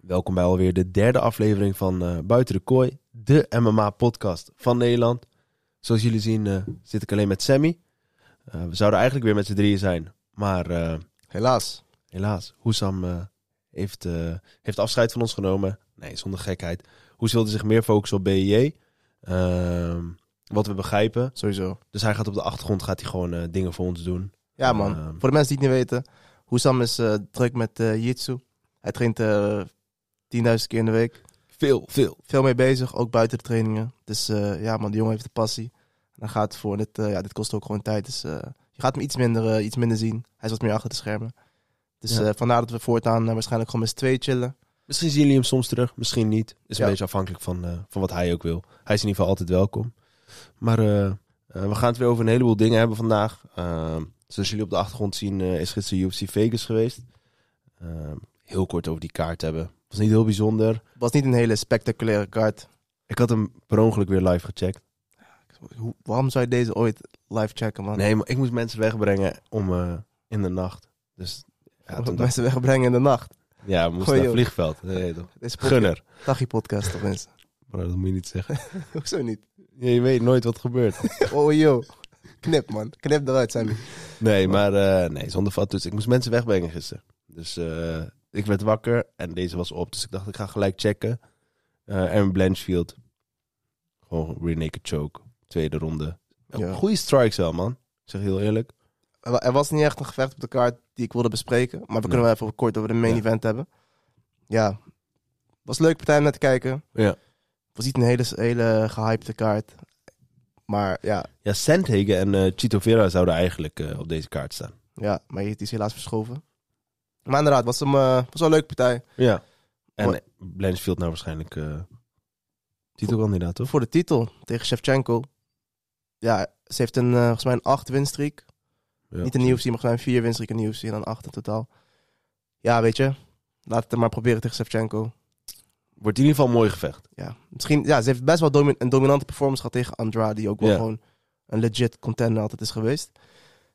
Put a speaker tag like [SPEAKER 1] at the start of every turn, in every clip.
[SPEAKER 1] Welkom bij alweer de derde aflevering van eh, Buiten de Kooi, de MMA-podcast van Nederland. Zoals jullie zien eh, zit ik alleen met Sammy. Eh, we zouden eigenlijk weer met z'n drieën zijn, maar eh,
[SPEAKER 2] Helaas.
[SPEAKER 1] helaas, Hoesam eh, heeft, eh, heeft afscheid van ons genomen. Nee, zonder gekheid. Hoes wilde zich meer focussen op BJJ, ehm, wat we begrijpen.
[SPEAKER 2] Sowieso.
[SPEAKER 1] Dus hij gaat op de achtergrond gaat hij gewoon eh, dingen voor ons doen.
[SPEAKER 2] Ja, man.
[SPEAKER 1] Ehm.
[SPEAKER 2] Voor de mensen die het niet weten. Hoesam is eh, druk met eh jitsu. Hij traint eh 10.000 keer in de week.
[SPEAKER 1] Veel, veel.
[SPEAKER 2] Veel mee bezig, ook buiten de trainingen. Dus eh, ja, man, die jongen heeft de passie. En hij gaat voor. Dit, eh, ja, dit kost ook gewoon tijd. Dus eh, je gaat hem iets minder, eh, iets minder zien. Hij is wat meer achter de schermen. Dus
[SPEAKER 1] Ja.
[SPEAKER 2] eh, vandaar dat we voortaan eh, waarschijnlijk gewoon met z'n twee chillen.
[SPEAKER 1] Misschien zien jullie hem soms terug, misschien niet. Is een
[SPEAKER 2] Ja.
[SPEAKER 1] beetje afhankelijk van, eh, van wat hij ook wil. Hij is in ieder geval altijd welkom. Maar eh, eh, we gaan het weer over een heleboel dingen hebben vandaag. Ehm, zoals jullie op de achtergrond zien eh, is gisteren UFC Vegas geweest. Ehm, heel kort over die kaart hebben. Was niet heel bijzonder.
[SPEAKER 2] was niet een hele spectaculaire kaart.
[SPEAKER 1] Ik had hem per ongeluk weer live gecheckt.
[SPEAKER 2] Hoe, waarom zou je deze ooit live checken, man?
[SPEAKER 1] Nee, maar ik moest mensen wegbrengen om eh, in de nacht. Dus ja, toen dacht,
[SPEAKER 2] mensen wegbrengen in de nacht.
[SPEAKER 1] ik, ja we moesten
[SPEAKER 2] Goeie
[SPEAKER 1] naar
[SPEAKER 2] joh.
[SPEAKER 1] het vliegveld. Nee, toch?
[SPEAKER 2] Dit is podcast,
[SPEAKER 1] Gunner.
[SPEAKER 2] dagje podcast toch mensen.
[SPEAKER 1] Maar dat moet je niet zeggen.
[SPEAKER 2] Hoezo niet?
[SPEAKER 1] Je weet nooit wat gebeurt.
[SPEAKER 2] Oh yo. Knip man, knip eruit Sammy.
[SPEAKER 1] Nee, maar eh, nee, zonder vat. Dus ik moest mensen wegbrengen gisteren. Dus eh, ik werd wakker en deze was op. Dus ik dacht, ik ga gelijk checken. Eh en Blanchfield. Gewoon rear naked choke. Tweede ronde.
[SPEAKER 2] Ja.
[SPEAKER 1] Goede strikes wel, man. Ik zeg heel eerlijk.
[SPEAKER 2] Er wa- er was niet echt een gevecht op de kaart die ik wilde bespreken. Maar we
[SPEAKER 1] Nee.
[SPEAKER 2] kunnen wel even kort over de main
[SPEAKER 1] Ja.
[SPEAKER 2] event hebben. Ja, was een leuke partij om naar te kijken.
[SPEAKER 1] Ja.
[SPEAKER 2] Was niet een hele, hele gehypte kaart. Maar ja,
[SPEAKER 1] Ja, Sandhagen en eh, Chito Vera zouden eigenlijk eh, op deze kaart staan.
[SPEAKER 2] ja maar die is helaas verschoven. Maar inderdaad, was, hem, eh, was wel een leuke partij.
[SPEAKER 1] Ja. En
[SPEAKER 2] Mooi.
[SPEAKER 1] Blanchfield nou waarschijnlijk eh titelkandidaat, toch?
[SPEAKER 2] Voor de titel tegen Shevchenko. Ja, ze heeft een, eh, volgens mij een 8 winstreak.
[SPEAKER 1] Ja.
[SPEAKER 2] Niet een UFC, maar gewoon vier winstreek in UFC en dan acht in totaal. Ja, weet je. Laat het maar proberen tegen Shevchenko.
[SPEAKER 1] Wordt in ieder geval een mooi gevecht.
[SPEAKER 2] Ja, misschien, ja ze heeft best wel domi- een dominante performance gehad tegen Andrade. Die ook wel
[SPEAKER 1] Ja.
[SPEAKER 2] gewoon een legit contender altijd is geweest.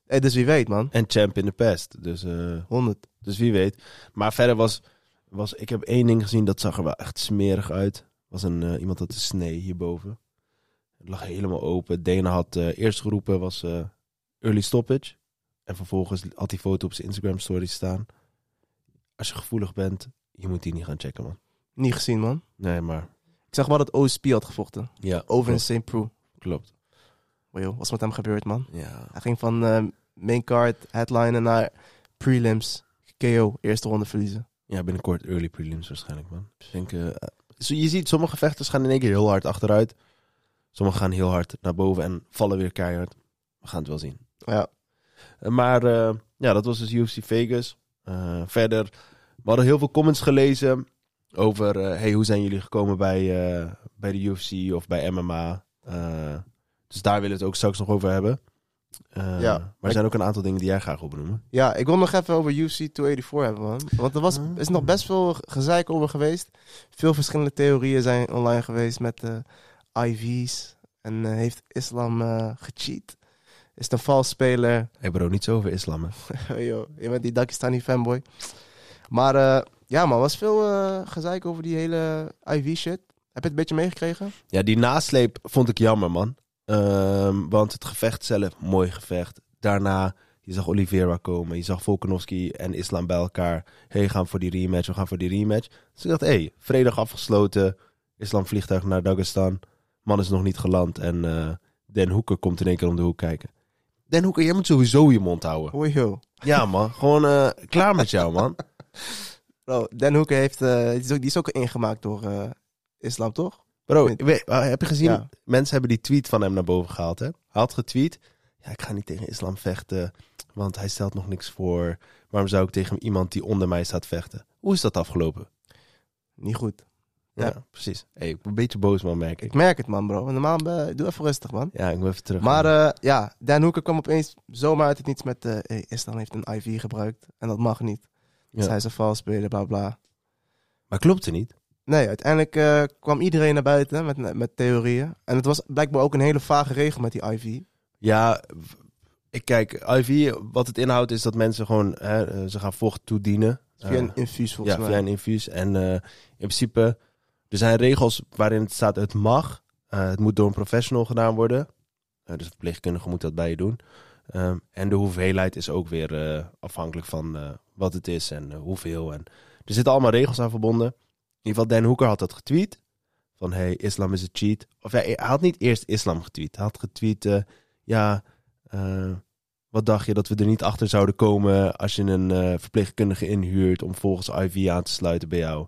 [SPEAKER 2] Eh, dus wie weet, man.
[SPEAKER 1] En champ in de past. Dus... eh,
[SPEAKER 2] 100.
[SPEAKER 1] Dus wie weet. Maar verder was, was... Ik heb één ding gezien, dat zag er wel echt smerig uit. was een, eh, iemand had een snee hierboven. Het lag helemaal open. Dana had eh, eerst geroepen, was eh, early stoppage. En vervolgens had die foto op zijn Instagram story staan. Als je gevoelig bent, je moet die niet gaan checken, man.
[SPEAKER 2] Niet gezien, man.
[SPEAKER 1] Nee, maar...
[SPEAKER 2] Ik zag wel dat OSP had gevochten.
[SPEAKER 1] Ja,
[SPEAKER 2] Over in
[SPEAKER 1] klopt.
[SPEAKER 2] St. Prue.
[SPEAKER 1] klopt.
[SPEAKER 2] Oh, joh, wat is met hem gebeurd, man?
[SPEAKER 1] Ja.
[SPEAKER 2] Hij ging van eh, main card, headliner naar prelims. KO, eerste ronde verliezen.
[SPEAKER 1] ja, binnenkort early prelims waarschijnlijk, man. Ik denk, eh, zo- je ziet, sommige vechters gaan in één keer heel hard achteruit. Sommigen gaan heel hard naar boven en vallen weer keihard. We gaan het wel zien.
[SPEAKER 2] Ja,
[SPEAKER 1] Uh, Maar eh, ja, dat was dus UFC Vegas. Eh, verder, we hadden heel veel comments gelezen over... eh, hey, hoe zijn jullie gekomen bij, eh, bij de UFC of bij MMA? Eh, dus daar willen we het ook straks nog over hebben. Eh,
[SPEAKER 2] Ja.
[SPEAKER 1] Maar er zijn ook een aantal dingen die jij graag wil benoemen.
[SPEAKER 2] Ja, ik wil nog even over UFC 284 hebben, man. Want er was,
[SPEAKER 1] Ah.
[SPEAKER 2] is nog best veel gezeik over geweest. Veel verschillende theorieën zijn online geweest met eh, IV's. En eh, heeft islam eh, gecheat? Is het een vals speler?
[SPEAKER 1] Hé hey bro, niet zo over islam, hè?
[SPEAKER 2] Yo, je bent die Dagestani fanboy. Maar eh, ja, man, was veel eh, gezeik over die hele IV-shit. Heb je het een beetje meegekregen?
[SPEAKER 1] Ja, die nasleep vond ik jammer, man. Ehm, want het gevecht zelf, mooi gevecht. Daarna, je zag Oliveira komen. Je zag Volkanovski en Islam bij elkaar. Hé, hey, gaan voor die rematch, we gaan voor die rematch. Dus ik dacht, hé, hey, vredig afgesloten. Islam vliegtuig naar Dagestan. Man is nog niet geland. En eh Den Hoeker komt in één keer om de hoek kijken. Den Hoeker, jij moet sowieso je mond houden.
[SPEAKER 2] Hoi, yo.
[SPEAKER 1] Ja, man. Gewoon eh, klaar met jou, man.
[SPEAKER 2] Bro, Den Hoeken heeft, eh, die, is ook, die is ook ingemaakt door eh, islam, toch?
[SPEAKER 1] Bro, ik weet- eh, heb je gezien?
[SPEAKER 2] Ja.
[SPEAKER 1] Mensen hebben die tweet van hem naar boven gehaald. Hè? Hij had getweet. Ja, ik ga niet tegen islam vechten, want hij stelt nog niks voor. Waarom zou ik tegen iemand die onder mij staat vechten? Hoe is dat afgelopen?
[SPEAKER 2] Niet goed.
[SPEAKER 1] Ja,
[SPEAKER 2] Ja.
[SPEAKER 1] precies. Hey, ik ben een beetje boos, man, merk ik.
[SPEAKER 2] Ik merk het, man, bro. Normaal, eh, doe even rustig, man.
[SPEAKER 1] Ja, ik moet even terug.
[SPEAKER 2] Maar eh, ja, Dan Hoeken kwam opeens zomaar uit het niets met... eh hey, Islam heeft een IV gebruikt en dat mag niet. Dus
[SPEAKER 1] Ja.
[SPEAKER 2] hij is een vals speler, bla bla.
[SPEAKER 1] maar klopt het niet?
[SPEAKER 2] Nee, uiteindelijk eh, kwam iedereen naar buiten met, met theorieën. En het was blijkbaar ook een hele vage regel met die IV.
[SPEAKER 1] Ja, w- ik kijk, IV, wat het inhoudt is dat mensen gewoon, hè, eh, ze gaan vocht toedienen.
[SPEAKER 2] Via
[SPEAKER 1] Eh,
[SPEAKER 2] een infuus volgens
[SPEAKER 1] ja,
[SPEAKER 2] mij.
[SPEAKER 1] via een infuus. En eh, in principe, er zijn regels waarin het staat het mag. Eh, het moet door een professional gedaan worden. Eh, dus een verpleegkundige moet dat bij je doen. Ehm, en de hoeveelheid is ook weer eh, afhankelijk van eh, wat het is en eh, hoeveel. En er zitten allemaal regels aan verbonden. In ieder geval, Dan Hoeker had dat getweet. Van, hey, islam is een cheat. Of ja, hij had niet eerst islam getweet. Hij had getweet, eh, ja, eh, wat dacht je dat we er niet achter zouden komen als je een eh, verpleegkundige inhuurt om volgens IV aan te sluiten bij jou?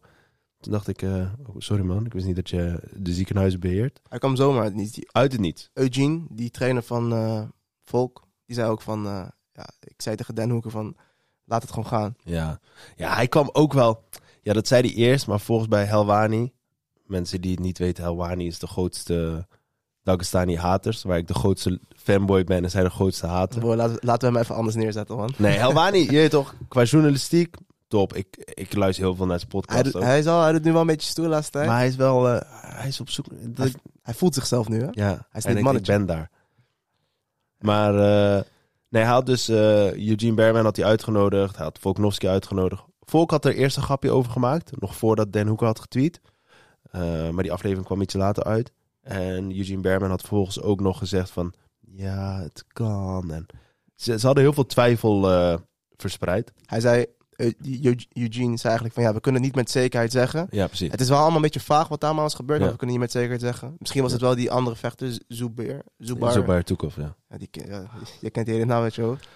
[SPEAKER 1] Toen dacht ik, eh, oh, sorry man, ik wist niet dat je de ziekenhuizen beheert.
[SPEAKER 2] Hij kwam zomaar uit het niets. Die
[SPEAKER 1] Uit het niet.
[SPEAKER 2] Eugene, die trainer van eh, Volk, die zei ook van... eh, ja, ik zei tegen Den Hoeken van, laat het gewoon gaan.
[SPEAKER 1] Ja. ja, hij kwam ook wel. Ja, dat zei hij eerst, maar volgens bij Helwani. Mensen die het niet weten, Helwani is de grootste Dagestani haters. Waar ik de grootste fanboy ben en zij de grootste hater.
[SPEAKER 2] Broer, laten, we- laten we hem even anders neerzetten, man.
[SPEAKER 1] Nee, Helwani, je weet toch, qua journalistiek, top. Ik, ik luister heel veel naar zijn
[SPEAKER 2] Hij,
[SPEAKER 1] podcast
[SPEAKER 2] doet-
[SPEAKER 1] ook.
[SPEAKER 2] hij, is al, hij doet nu wel een beetje stoer de laatste tijd.
[SPEAKER 1] maar hij is wel, eh, hij is op zoek. dat-
[SPEAKER 2] Hij voelt zichzelf nu, hè?
[SPEAKER 1] Ja, hij
[SPEAKER 2] is
[SPEAKER 1] denkt,
[SPEAKER 2] niet mannetje.
[SPEAKER 1] Ik ben daar. Maar eh, nee, hij had dus eh, Eugene Berman had hij uitgenodigd. Hij had Volknovski uitgenodigd. Volk had er eerst een grapje over gemaakt. Nog voordat Dan Hoeker had getweet. Eh, maar die aflevering kwam iets later uit. En Eugene Berman had vervolgens ook nog gezegd van... Ja, het kan. En ze, ze hadden heel veel twijfel eh, verspreid.
[SPEAKER 2] Hij zei, eh, Eu- Eugene zei eigenlijk van ja, we kunnen niet met zekerheid zeggen.
[SPEAKER 1] Ja, precies.
[SPEAKER 2] Het is wel allemaal een beetje vaag wat daar allemaal is gebeurd, maar
[SPEAKER 1] Ja.
[SPEAKER 2] we kunnen niet met zekerheid zeggen. Misschien was
[SPEAKER 1] Ja.
[SPEAKER 2] het wel die andere vechter, Zubair. Zubar.
[SPEAKER 1] Zubair Toekoff, ja.
[SPEAKER 2] Ja, die, ken- ja, je kent die hele naam uit je hoofd.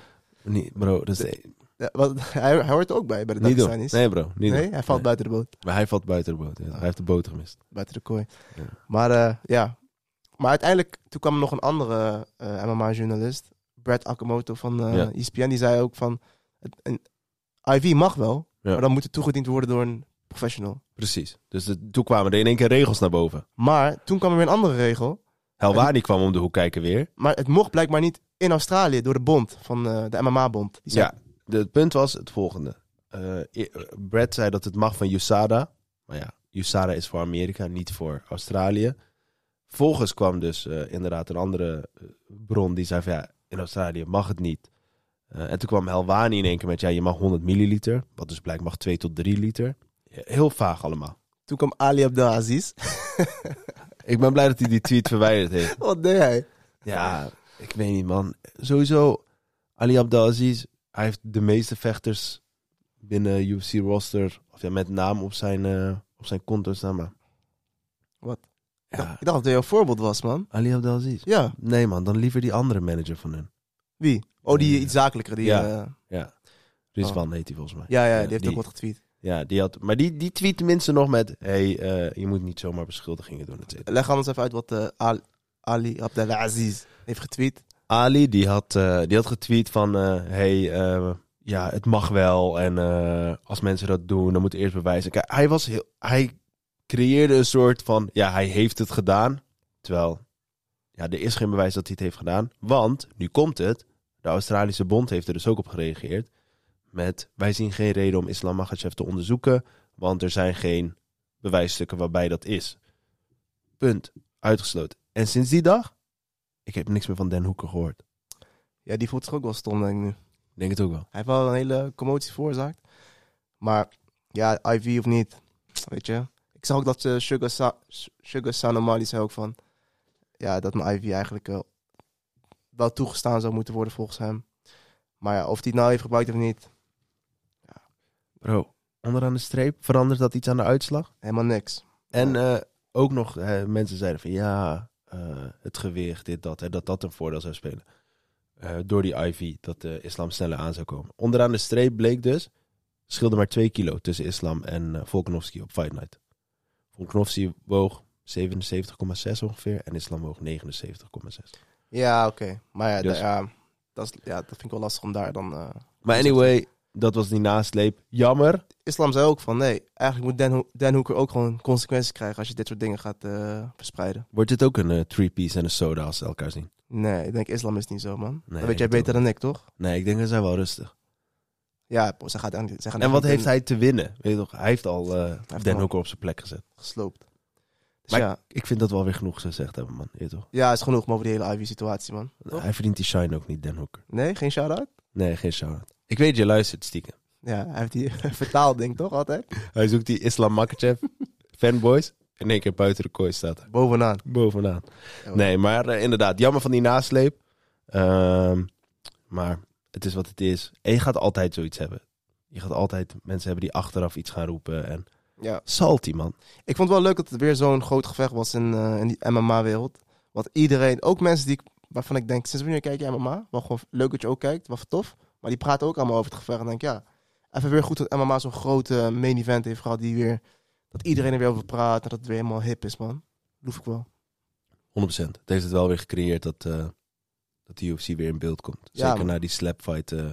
[SPEAKER 1] Nee, bro, dat is,
[SPEAKER 2] Ja, wat, hij, hij hoort er ook bij, bij de
[SPEAKER 1] niet doen.
[SPEAKER 2] Dagestanis.
[SPEAKER 1] Nee, bro, niet
[SPEAKER 2] Nee,
[SPEAKER 1] doen.
[SPEAKER 2] hij valt buiten de boot,
[SPEAKER 1] Maar hij valt buiten de boot. ja. Hij heeft de boot gemist.
[SPEAKER 2] buiten de kooi.
[SPEAKER 1] Ja.
[SPEAKER 2] Maar eh, ja, maar uiteindelijk, toen kwam er nog een andere eh, MMA-journalist, Brad Akamoto van eh
[SPEAKER 1] Ja.
[SPEAKER 2] ESPN, die zei ook van, het- een IV mag wel,
[SPEAKER 1] Ja.
[SPEAKER 2] maar dan moet het toegediend worden door een professional.
[SPEAKER 1] Precies. Dus de- toen kwamen er in één keer regels naar boven.
[SPEAKER 2] Maar toen kwam er weer een andere regel.
[SPEAKER 1] Helwani kwam om de hoek kijken weer.
[SPEAKER 2] Maar het mocht blijkbaar niet in Australië door de bond van eh, de MMA-bond. Die zei,
[SPEAKER 1] Ja, de- het punt was het volgende. Eh, i- Brad zei dat het mag van USADA. Maar ja, USADA is voor Amerika, niet voor Australië. Volgens kwam dus eh, inderdaad een andere eh, bron die zei van ja, in Australië mag het niet. Eh, en toen kwam Helwani in één keer met ja, je mag 100 milliliter. Wat dus blijkbaar mag 2 tot 3 liter. Heel vaag allemaal.
[SPEAKER 2] Toen kwam Ali Abdelaziz.
[SPEAKER 1] Ik ben blij dat hij die tweet verwijderd heeft.
[SPEAKER 2] Wat deed hij?
[SPEAKER 1] Ja, ik weet niet, man. Sowieso, Ali Abdelaziz, hij heeft de meeste vechters binnen UFC-roster, of ja, met naam op zijn, eh, op zijn konto staan, maar...
[SPEAKER 2] Wat?
[SPEAKER 1] Ja,
[SPEAKER 2] Ik dacht dat hij jouw voorbeeld was, man.
[SPEAKER 1] Ali Abdelaziz.
[SPEAKER 2] Ja,
[SPEAKER 1] Nee, man, dan liever die andere manager van hun.
[SPEAKER 2] wie? Oh, die
[SPEAKER 1] Eh,
[SPEAKER 2] iets zakelijker. Die,
[SPEAKER 1] ja.
[SPEAKER 2] eh,
[SPEAKER 1] Rizwan heet hij volgens mij.
[SPEAKER 2] ja, ja,
[SPEAKER 1] Ja,
[SPEAKER 2] die heeft
[SPEAKER 1] die.
[SPEAKER 2] ook wat getweet.
[SPEAKER 1] Ja, die had... Maar die, die tweet tenminste nog met... hey, eh, je moet niet zomaar beschuldigingen doen, et cetera.
[SPEAKER 2] Leg anders even uit wat eh, Al- Ali Abdelaziz heeft getweet.
[SPEAKER 1] Ali die had, eh, die had getweet van... eh, hey, eh, ja, het mag wel. En eh, als mensen dat doen, dan moet eerst bewijzen. Kijk, hij, was heel, hij creëerde een soort van... Ja, hij heeft het gedaan. Terwijl, ja, er is geen bewijs dat hij het heeft gedaan. Want, nu komt het. De Australische bond heeft er dus ook op gereageerd. Met, wij zien geen reden om Islam Makhachev te onderzoeken. Want er zijn geen bewijsstukken waarbij dat is. Punt. Uitgesloten. En sinds die dag... Ik heb niks meer van Den Hoeken gehoord.
[SPEAKER 2] Ja, die voelt zich ook wel stom, denk ik nu.
[SPEAKER 1] Ik Denk het ook wel.
[SPEAKER 2] Hij heeft wel een hele commotie veroorzaakt. Maar ja, IV of niet, weet je. Ik zag ook dat eh, Sugar, Sa Sugar Sanomali zei ook van... Ja, dat mijn IV eigenlijk eh, wel toegestaan zou moeten worden volgens hem. Maar ja, of hij het nou heeft gebruikt of niet,
[SPEAKER 1] Bro, onderaan de streep verandert dat iets aan de uitslag.
[SPEAKER 2] helemaal niks.
[SPEAKER 1] En eh, ook nog eh, mensen zeiden van ja, eh, het gewicht, dit, dat, hè, dat dat een voordeel zou spelen. Eh, door die IV, dat de islam sneller aan zou komen. Onderaan de streep bleek dus, scheelde maar 2 kilo tussen islam en eh Volkanovski op Fight Night. Volkanovski woog 77,6 ongeveer en islam woog 79,6.
[SPEAKER 2] Ja, oké. Maar ja,
[SPEAKER 1] Dus-
[SPEAKER 2] da- ja, dat is, ja, dat vind ik wel lastig om daar dan... eh,
[SPEAKER 1] Maar anyway, dat was die nasleep. Jammer.
[SPEAKER 2] Islam zei ook van nee, eigenlijk moet Dan, Ho- Dan Hoeker ook gewoon consequenties krijgen als je dit soort dingen gaat eh, verspreiden.
[SPEAKER 1] Wordt dit ook een eh, three-piece en een soda als ze elkaar zien?
[SPEAKER 2] Nee, ik denk Islam is niet zo, man.
[SPEAKER 1] Nee,
[SPEAKER 2] dat weet jij
[SPEAKER 1] ik ook
[SPEAKER 2] beter dan ik, toch?
[SPEAKER 1] Nee, ik denk dat zij wel rustig.
[SPEAKER 2] Ja, bro, ze gaat aan, ze gaan
[SPEAKER 1] En wat
[SPEAKER 2] echt
[SPEAKER 1] heeft hij te winnen? Weet je toch, hij heeft al eh
[SPEAKER 2] heeft
[SPEAKER 1] Den
[SPEAKER 2] al-
[SPEAKER 1] Hoeker op zijn plek gezet.
[SPEAKER 2] gesloopt. Dus
[SPEAKER 1] Maar-
[SPEAKER 2] ja,
[SPEAKER 1] Ik vind dat we alweer genoeg gezegd hebben, man. Weet je toch?
[SPEAKER 2] ja, is genoeg maar over die hele Ivy-situatie, man. Toch?
[SPEAKER 1] Hij verdient die shine ook niet, Den Hoeker.
[SPEAKER 2] Nee, geen shout-out?
[SPEAKER 1] Nee, geen shout-out. Ik weet, je luistert stiekem.
[SPEAKER 2] Ja, hij heeft die vertaalding toch altijd?
[SPEAKER 1] Hij zoekt die Islam Makachev fanboys. In één keer buiten de kooi staat hij.
[SPEAKER 2] Bovenaan.
[SPEAKER 1] Bovenaan.
[SPEAKER 2] Ja,
[SPEAKER 1] Nee, maar eh, inderdaad. Jammer van die nasleep. Ehm, maar het is wat het is. En je gaat altijd zoiets hebben. Je gaat altijd mensen hebben die achteraf iets gaan roepen. En
[SPEAKER 2] Ja.
[SPEAKER 1] salty, man.
[SPEAKER 2] Ik vond het wel leuk dat het weer zo'n groot gevecht was in, eh, in die MMA-wereld. Want iedereen, ook mensen die, ik- waarvan ik denk, sinds wanneer kijk je MMA? Wel gewoon leuk dat je ook kijkt, wat tof. Maar die praten ook allemaal over het gevecht. En denk ik, ja, even weer goed dat MMA zo'n grote main event heeft gehad. Die weer, dat iedereen er weer over praat. En dat het weer helemaal hip is, man. Loef ik wel.
[SPEAKER 1] 100%. Het heeft het wel weer gecreëerd dat, eh, dat de UFC weer in beeld komt.
[SPEAKER 2] Ja,
[SPEAKER 1] Zeker
[SPEAKER 2] man.
[SPEAKER 1] na die slapfight. eh,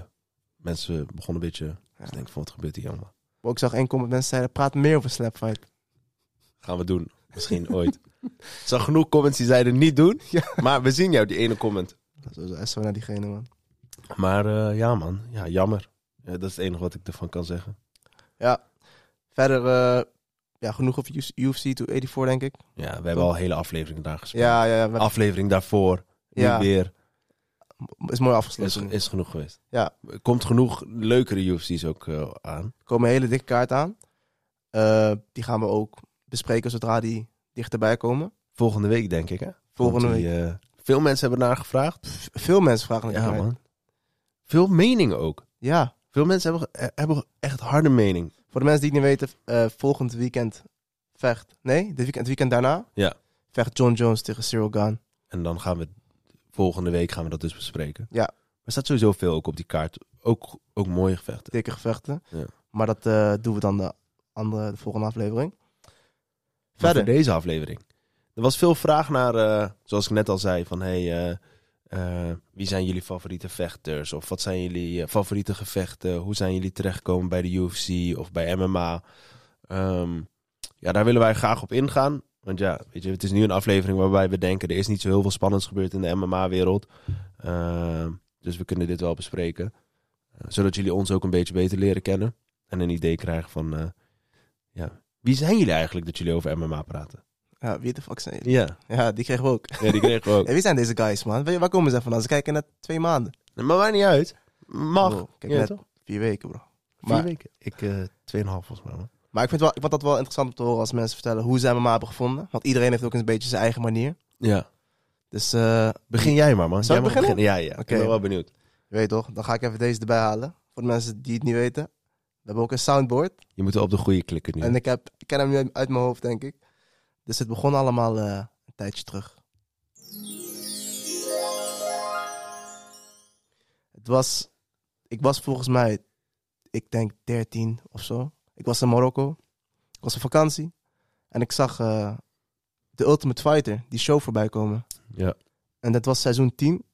[SPEAKER 1] mensen begonnen een beetje
[SPEAKER 2] Ja.
[SPEAKER 1] te denken van wat gebeurt hier allemaal.
[SPEAKER 2] Maar ik zag één comment, mensen zeiden, praat meer over slapfight.
[SPEAKER 1] Gaan we doen. Misschien ooit. Er zijn genoeg comments die zeiden niet doen.
[SPEAKER 2] Ja.
[SPEAKER 1] Maar we zien jou, die ene comment.
[SPEAKER 2] Dat is wel echt zo naar diegene, man.
[SPEAKER 1] Maar eh, ja man, ja, jammer. Ja, dat is het enige wat ik ervan kan zeggen.
[SPEAKER 2] Verder, eh, ja, genoeg over UFC 284, denk ik.
[SPEAKER 1] Ja, we hebben al hele afleveringen daar gesproken.
[SPEAKER 2] Ja, ja, ja. we-
[SPEAKER 1] Aflevering daarvoor, nu
[SPEAKER 2] Ja.
[SPEAKER 1] weer.
[SPEAKER 2] Is mooi
[SPEAKER 1] Is,
[SPEAKER 2] afgesloten. nu.
[SPEAKER 1] is genoeg geweest.
[SPEAKER 2] Ja.
[SPEAKER 1] Er komt genoeg leukere UFC's ook eh, aan.
[SPEAKER 2] Er komen een hele dikke kaart aan. Eh, die gaan we ook bespreken zodra die dichterbij komen.
[SPEAKER 1] Volgende week denk ik hè.
[SPEAKER 2] Volgende
[SPEAKER 1] Komt
[SPEAKER 2] week.
[SPEAKER 1] die, eh, veel mensen hebben naar gevraagd.
[SPEAKER 2] V- Veel mensen vragen naar die
[SPEAKER 1] Ja,
[SPEAKER 2] kaart.
[SPEAKER 1] man. Veel mening ook.
[SPEAKER 2] Ja,
[SPEAKER 1] Veel mensen hebben, eh, hebben echt harde mening.
[SPEAKER 2] voor de mensen die het niet weten, eh, volgend weekend vecht... Nee, dit weekend, het weekend daarna
[SPEAKER 1] Ja.
[SPEAKER 2] vecht John Jones tegen Cyril Gaan.
[SPEAKER 1] En dan gaan we volgende week gaan we dat dus bespreken.
[SPEAKER 2] Ja.
[SPEAKER 1] Er staat sowieso veel ook op die kaart. Ook, ook mooie gevechten.
[SPEAKER 2] Dikke gevechten.
[SPEAKER 1] Ja.
[SPEAKER 2] Maar dat eh, doen we dan de, andere, de volgende aflevering.
[SPEAKER 1] Maar
[SPEAKER 2] Verder.
[SPEAKER 1] voor deze aflevering. Er was veel vraag naar, eh, zoals ik net al zei, van hey, eh, eh, wie zijn jullie favoriete vechters? Of wat zijn jullie eh, favoriete gevechten? Hoe zijn jullie terechtgekomen bij de UFC of bij MMA? Ehm, ja, daar willen wij graag op ingaan. Want ja, weet je, het is nu een aflevering waarbij we denken, er is niet zo heel veel spannends gebeurd in de MMA-wereld. Ehm, dus we kunnen dit wel bespreken. Eh, zodat jullie ons ook een beetje beter leren kennen. En een idee krijgen van, eh, ja, wie zijn jullie eigenlijk dat jullie over MMA praten?
[SPEAKER 2] Ja, wie de fuck zijn jullie?
[SPEAKER 1] Ja,
[SPEAKER 2] Ja, die kregen we ook.
[SPEAKER 1] ja die kregen we ook.
[SPEAKER 2] Hey, wie zijn deze guys, man? Weet je, Waar komen ze vandaan? Ze kijken net twee maanden.
[SPEAKER 1] Maar maakt niet uit. Mag.
[SPEAKER 2] Bro, kijk
[SPEAKER 1] ja,
[SPEAKER 2] net
[SPEAKER 1] toch?
[SPEAKER 2] vier weken, bro.
[SPEAKER 1] Vier
[SPEAKER 2] Maar-
[SPEAKER 1] weken. Ik, eh, tweeënhalf volgens mij. man.
[SPEAKER 2] Maar ik vind, wel, ik vond dat wel interessant om te horen als mensen vertellen hoe zij MMA hebben gevonden. Want iedereen heeft ook een beetje zijn eigen manier.
[SPEAKER 1] Ja.
[SPEAKER 2] Dus eh,
[SPEAKER 1] Begin jij maar, man.
[SPEAKER 2] Zal
[SPEAKER 1] jij
[SPEAKER 2] ik
[SPEAKER 1] mag
[SPEAKER 2] beginnen?
[SPEAKER 1] Ja, ja.
[SPEAKER 2] Oké.
[SPEAKER 1] Ik ben wel benieuwd.
[SPEAKER 2] je weet toch, dan ga ik even deze erbij halen. Voor de mensen die het niet weten. We hebben ook een soundboard.
[SPEAKER 1] Je moet wel op de goede klikken nu.
[SPEAKER 2] En ik, heb, ik ken hem nu uit- uit mijn hoofd, denk ik. Dus het begon allemaal eh, een tijdje terug. Het was... Ik was volgens mij, ik denk 13 of zo. Ik was in Marokko. Ik was op vakantie. En ik zag eh The Ultimate Fighter, die show voorbij komen.
[SPEAKER 1] Ja.
[SPEAKER 2] En dat was seizoen 10.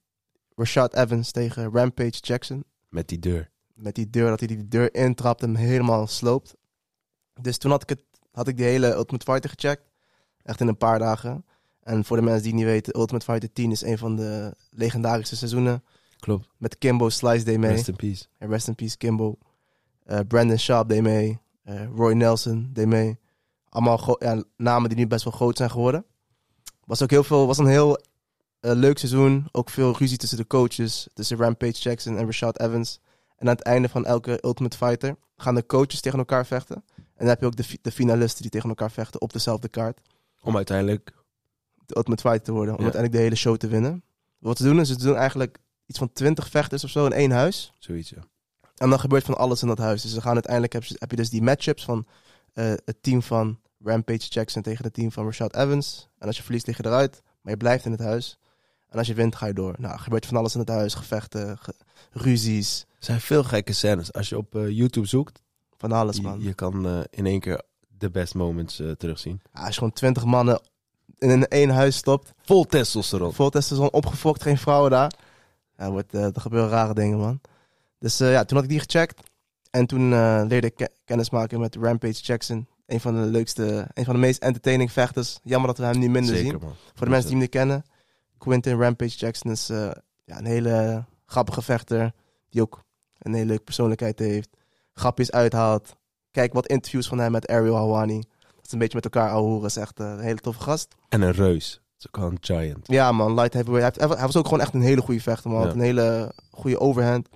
[SPEAKER 2] Rashad Evans tegen Rampage Jackson.
[SPEAKER 1] Met die deur.
[SPEAKER 2] Met die deur, dat hij die deur intrapt en hem helemaal sloopt. Dus toen had ik, het, had ik die hele Ultimate Fighter gecheckt. Echt in een paar dagen. En voor de mensen die het niet weten, Ultimate Fighter 10 is een van de legendarische seizoenen.
[SPEAKER 1] Klopt.
[SPEAKER 2] Met Kimbo Slice deed mee.
[SPEAKER 1] Rest in peace.
[SPEAKER 2] En rest in peace Kimbo. Eh, Brandon Sharp deed mee. Eh, Roy Nelson deed mee. Allemaal gro- ja, namen die nu best wel groot zijn geworden. Was ook heel veel, was een heel eh, leuk seizoen. Ook veel ruzie tussen de coaches. Tussen Rampage Jackson en Rashad Evans. En aan het einde van elke Ultimate Fighter gaan de coaches tegen elkaar vechten. En dan heb je ook de, fi- de finalisten die tegen elkaar vechten op dezelfde kaart.
[SPEAKER 1] Om uiteindelijk...
[SPEAKER 2] De Ultimate Fighter te worden. Om
[SPEAKER 1] Ja.
[SPEAKER 2] uiteindelijk de hele show te winnen. Wat ze doen is, ze doen eigenlijk iets van 20 vechters of zo in één huis.
[SPEAKER 1] Zoiets, ja.
[SPEAKER 2] En dan gebeurt van alles in dat huis. Dus ze gaan uiteindelijk heb je, heb je dus die matchups van eh, het team van Rampage Jackson tegen het team van Rashad Evans. En als je verliest, lig je eruit. Maar je blijft in het huis. En als je wint, ga je door. Nou, er gebeurt van alles in het huis. Gevechten, ge- ruzies,
[SPEAKER 1] Er zijn veel gekke scènes. Als je op eh, YouTube zoekt,
[SPEAKER 2] van alles,
[SPEAKER 1] je,
[SPEAKER 2] man.
[SPEAKER 1] je kan eh, in één keer de best moments eh, terugzien.
[SPEAKER 2] Ja, Ah, als je gewoon twintig mannen in een één huis stopt.
[SPEAKER 1] Vol testosteron.
[SPEAKER 2] Vol testosteron opgefokt, geen vrouwen daar. Ja, wordt, eh, er gebeuren rare dingen, man. Dus eh, ja, toen had ik die gecheckt. En toen eh, leerde ik ke- kennis maken met Rampage Jackson. Een van de leukste, een van de meest entertaining vechters. Jammer dat we hem nu minder zien.
[SPEAKER 1] Zeker, man.
[SPEAKER 2] Voor de mensen die hem niet kennen. Quentin Rampage Jackson is eh, ja, een hele grappige vechter. Die ook een hele leuke persoonlijkheid heeft. Grapjes uithaalt. Kijk wat interviews van hem met Ariel Hawani. Dat ze een beetje met elkaar ouwehoeren. Is echt eh, een hele toffe gast.
[SPEAKER 1] En een reus. Dat is ook wel een giant.
[SPEAKER 2] Ja, man, light heavyweight. Hij, heeft- hij was ook gewoon echt een hele goede vechter, man. Hij had
[SPEAKER 1] Ja.
[SPEAKER 2] Een hele goede overhand.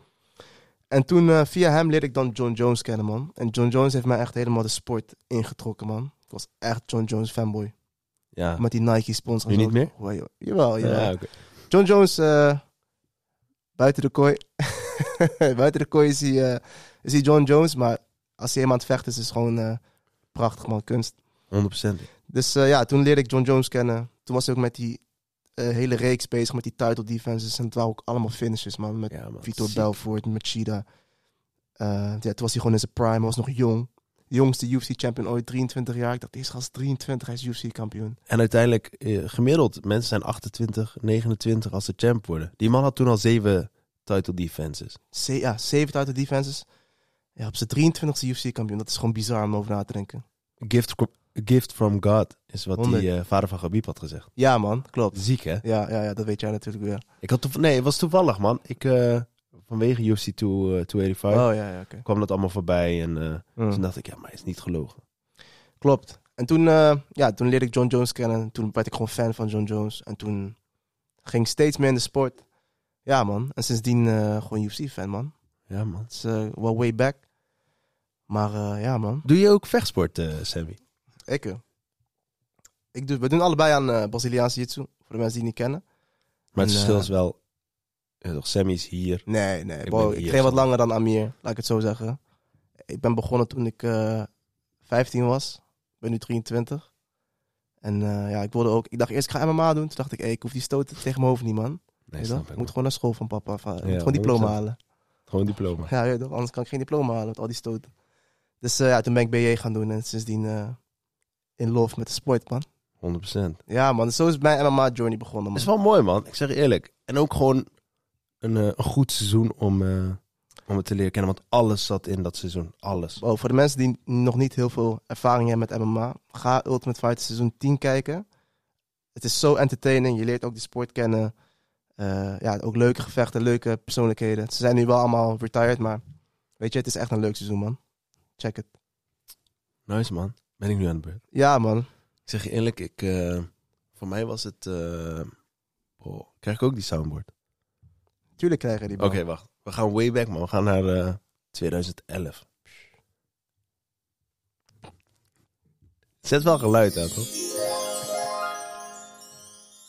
[SPEAKER 2] En toen eh, via hem leerde ik dan John Jones kennen, man. En John Jones heeft mij echt helemaal de sport ingetrokken, man. Ik was echt John Jones fanboy.
[SPEAKER 1] Ja.
[SPEAKER 2] Met die Nike sponsor.
[SPEAKER 1] Nu niet meer?
[SPEAKER 2] Oh, joh. Jawel, jawel.
[SPEAKER 1] Ja, oké.
[SPEAKER 2] John Jones, eh, buiten de kooi. buiten de kooi is hij, eh, is hij John Jones, maar als hij helemaal aan het vechten is, is het gewoon eh, prachtig, man. Kunst.
[SPEAKER 1] 100%.
[SPEAKER 2] Dus eh, ja, toen leerde ik John Jones kennen. Toen was hij ook met die eh, hele reeks bezig met die title defenses. En het waren ook allemaal finishes, man. Met
[SPEAKER 1] Ja, man.
[SPEAKER 2] Vitor
[SPEAKER 1] Ziek.
[SPEAKER 2] Belfort, met Shida. Eh, ja, toen was hij gewoon in zijn prime, hij was nog jong. De jongste UFC-champion ooit, 23 jaar. Ik dacht, deze gast is 23, hij is UFC-kampioen.
[SPEAKER 1] En uiteindelijk, eh, gemiddeld, mensen zijn 28, 29 als ze champ worden. Die man had toen al zeven title defenses.
[SPEAKER 2] Ze ja, 7 uit de defenses. Ja, op zijn 23e UFC-kampioen. Dat is gewoon bizar om over na te denken.
[SPEAKER 1] Gift, gift from God is wat
[SPEAKER 2] Honderd.
[SPEAKER 1] die eh, vader van Gabib had gezegd.
[SPEAKER 2] Ja, man, klopt.
[SPEAKER 1] Ziek, hè?
[SPEAKER 2] Ja, ja, ja dat weet jij natuurlijk weer.
[SPEAKER 1] Ik had toev- nee, het was toevallig, man. Ik, eh, vanwege UFC 2, eh, 285
[SPEAKER 2] Oh ja, ja oké.
[SPEAKER 1] kwam dat allemaal voorbij. En eh,
[SPEAKER 2] Mm.
[SPEAKER 1] toen dacht ik, ja, maar hij is niet gelogen.
[SPEAKER 2] Klopt. En toen, eh, ja, toen leerde ik John Jones kennen. En toen werd ik gewoon fan van John Jones. En toen ging ik steeds meer in de sport. Ja, man. En sindsdien eh, gewoon UFC-fan, man.
[SPEAKER 1] Ja, man.
[SPEAKER 2] Het is eh, wel way back. Maar eh, ja, man.
[SPEAKER 1] Doe je ook vechtsport, eh, Sammy?
[SPEAKER 2] Ik, eh, ik doe, we doen allebei aan eh, Braziliaanse jiu-jitsu. Voor de mensen die het niet kennen.
[SPEAKER 1] Maar het
[SPEAKER 2] En,
[SPEAKER 1] verschil
[SPEAKER 2] eh,
[SPEAKER 1] is wel... Ja, toch, Sammy is hier.
[SPEAKER 2] Nee, nee.
[SPEAKER 1] Ik
[SPEAKER 2] Ik,
[SPEAKER 1] ben
[SPEAKER 2] ik
[SPEAKER 1] hier,
[SPEAKER 2] train wat
[SPEAKER 1] snap
[SPEAKER 2] langer dan Amir, laat ik het zo zeggen. Ik ben begonnen toen ik eh 15 was. Ik ben nu 23. En eh, ja, ik wilde ook... Ik dacht eerst, ik ga MMA doen. Toen dacht ik, hey, ik hoef die stoten tegen mijn hoofd niet, man.
[SPEAKER 1] Nee,
[SPEAKER 2] Weet je wel?
[SPEAKER 1] snap
[SPEAKER 2] ik
[SPEAKER 1] ik.
[SPEAKER 2] moet
[SPEAKER 1] man.
[SPEAKER 2] gewoon naar school van papa. Van, ik
[SPEAKER 1] Ja,
[SPEAKER 2] moet gewoon diploma
[SPEAKER 1] 100%.
[SPEAKER 2] halen.
[SPEAKER 1] Gewoon diploma.
[SPEAKER 2] Ja, weet je toch? anders kan ik geen diploma halen met al die stoten. Dus eh, ja, toen ben ik BJ gaan doen. En sindsdien eh, in love met de sport, man.
[SPEAKER 1] 100%.
[SPEAKER 2] Ja, man. Zo is mijn MMA-journey begonnen,
[SPEAKER 1] Dat
[SPEAKER 2] man.
[SPEAKER 1] is wel mooi, man. Ik zeg je eerlijk. En ook gewoon een, eh, een goed seizoen om, eh, om het te leren kennen. Want alles zat in dat seizoen. Alles.
[SPEAKER 2] Wow, voor de mensen die nog niet heel veel ervaring hebben met MMA, ga Ultimate Fighter seizoen 10 kijken. Het is zo entertaining. Je leert ook die sport kennen. Eh, ja, ook leuke gevechten, leuke persoonlijkheden. Ze zijn nu wel allemaal retired, maar weet je, het is echt een leuk seizoen, man. Check het.
[SPEAKER 1] Nice, man. Ben ik nu aan de beurt.
[SPEAKER 2] Ja, man.
[SPEAKER 1] Ik zeg je eerlijk, ik, eh, voor mij was het... eh, oh, krijg ik ook die soundboard?
[SPEAKER 2] Tuurlijk krijgen die.
[SPEAKER 1] Oké,
[SPEAKER 2] man.
[SPEAKER 1] wacht. We gaan way back, man. We gaan naar eh, 2011. Zet wel geluid aan, toch?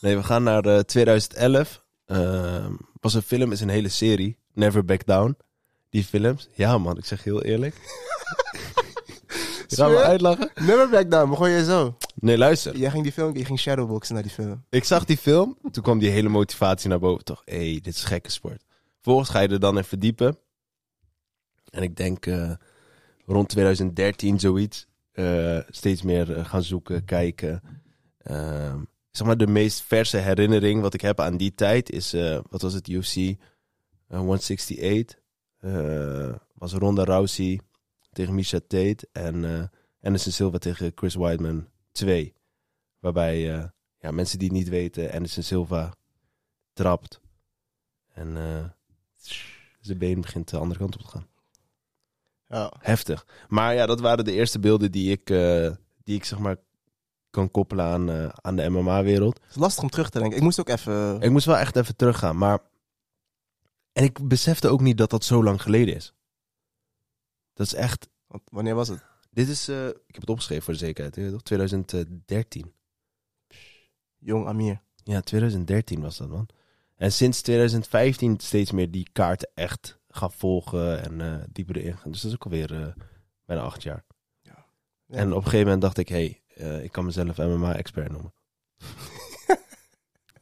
[SPEAKER 1] Nee, we gaan naar eh, 2011. Ehm, was een film, is een hele serie. Never Back Down. Die films. Ja, man, ik zeg heel eerlijk. Je gaat me
[SPEAKER 2] Zweer?
[SPEAKER 1] uitlachen?
[SPEAKER 2] Never back down, begon je zo.
[SPEAKER 1] Nee, luister.
[SPEAKER 2] Jij ging die film, je ging shadowboxen naar die film.
[SPEAKER 1] Ik zag die film, toen kwam die hele motivatie naar boven. Toch, hé, dit is gekke sport. Vervolgens ga je er dan in verdiepen. En ik denk eh, rond 2013 zoiets. eh, steeds meer eh, gaan zoeken, kijken. Ehm, zeg maar de meest verse herinnering wat ik heb aan die tijd is... eh, wat was het, UFC eh, 168? Eh, was Ronda Rousey tegen Misha Tate. En eh Anderson Silva tegen Chris Weidman 2. Waarbij... eh, ja, mensen die het niet weten, Anderson Silva trapt. En eh, zijn been begint de andere kant op te gaan.
[SPEAKER 2] Ja.
[SPEAKER 1] Heftig. Maar ja, dat waren de eerste beelden die ik, eh, die ik zeg maar kan koppelen aan, eh, aan de MMA-wereld.
[SPEAKER 2] Het is lastig om terug te denken. Ik moest ook even... eh,
[SPEAKER 1] Ik moest wel echt even teruggaan, maar... En ik besefte ook niet dat dat zo lang geleden is. Dat is echt...
[SPEAKER 2] Want Wanneer was het?
[SPEAKER 1] Dit is... eh, ik heb het opgeschreven voor de zekerheid. weet je toch? 2013.
[SPEAKER 2] Jong Amir.
[SPEAKER 1] Ja, 2013 was dat, man. En sinds 2015 steeds meer die kaarten echt gaan volgen en eh, dieper erin gaan. Dus dat is ook alweer eh, bijna acht jaar.
[SPEAKER 2] Ja.
[SPEAKER 1] En op een gegeven moment dacht ik, hé, hey, eh, ik kan mezelf MMA-expert noemen.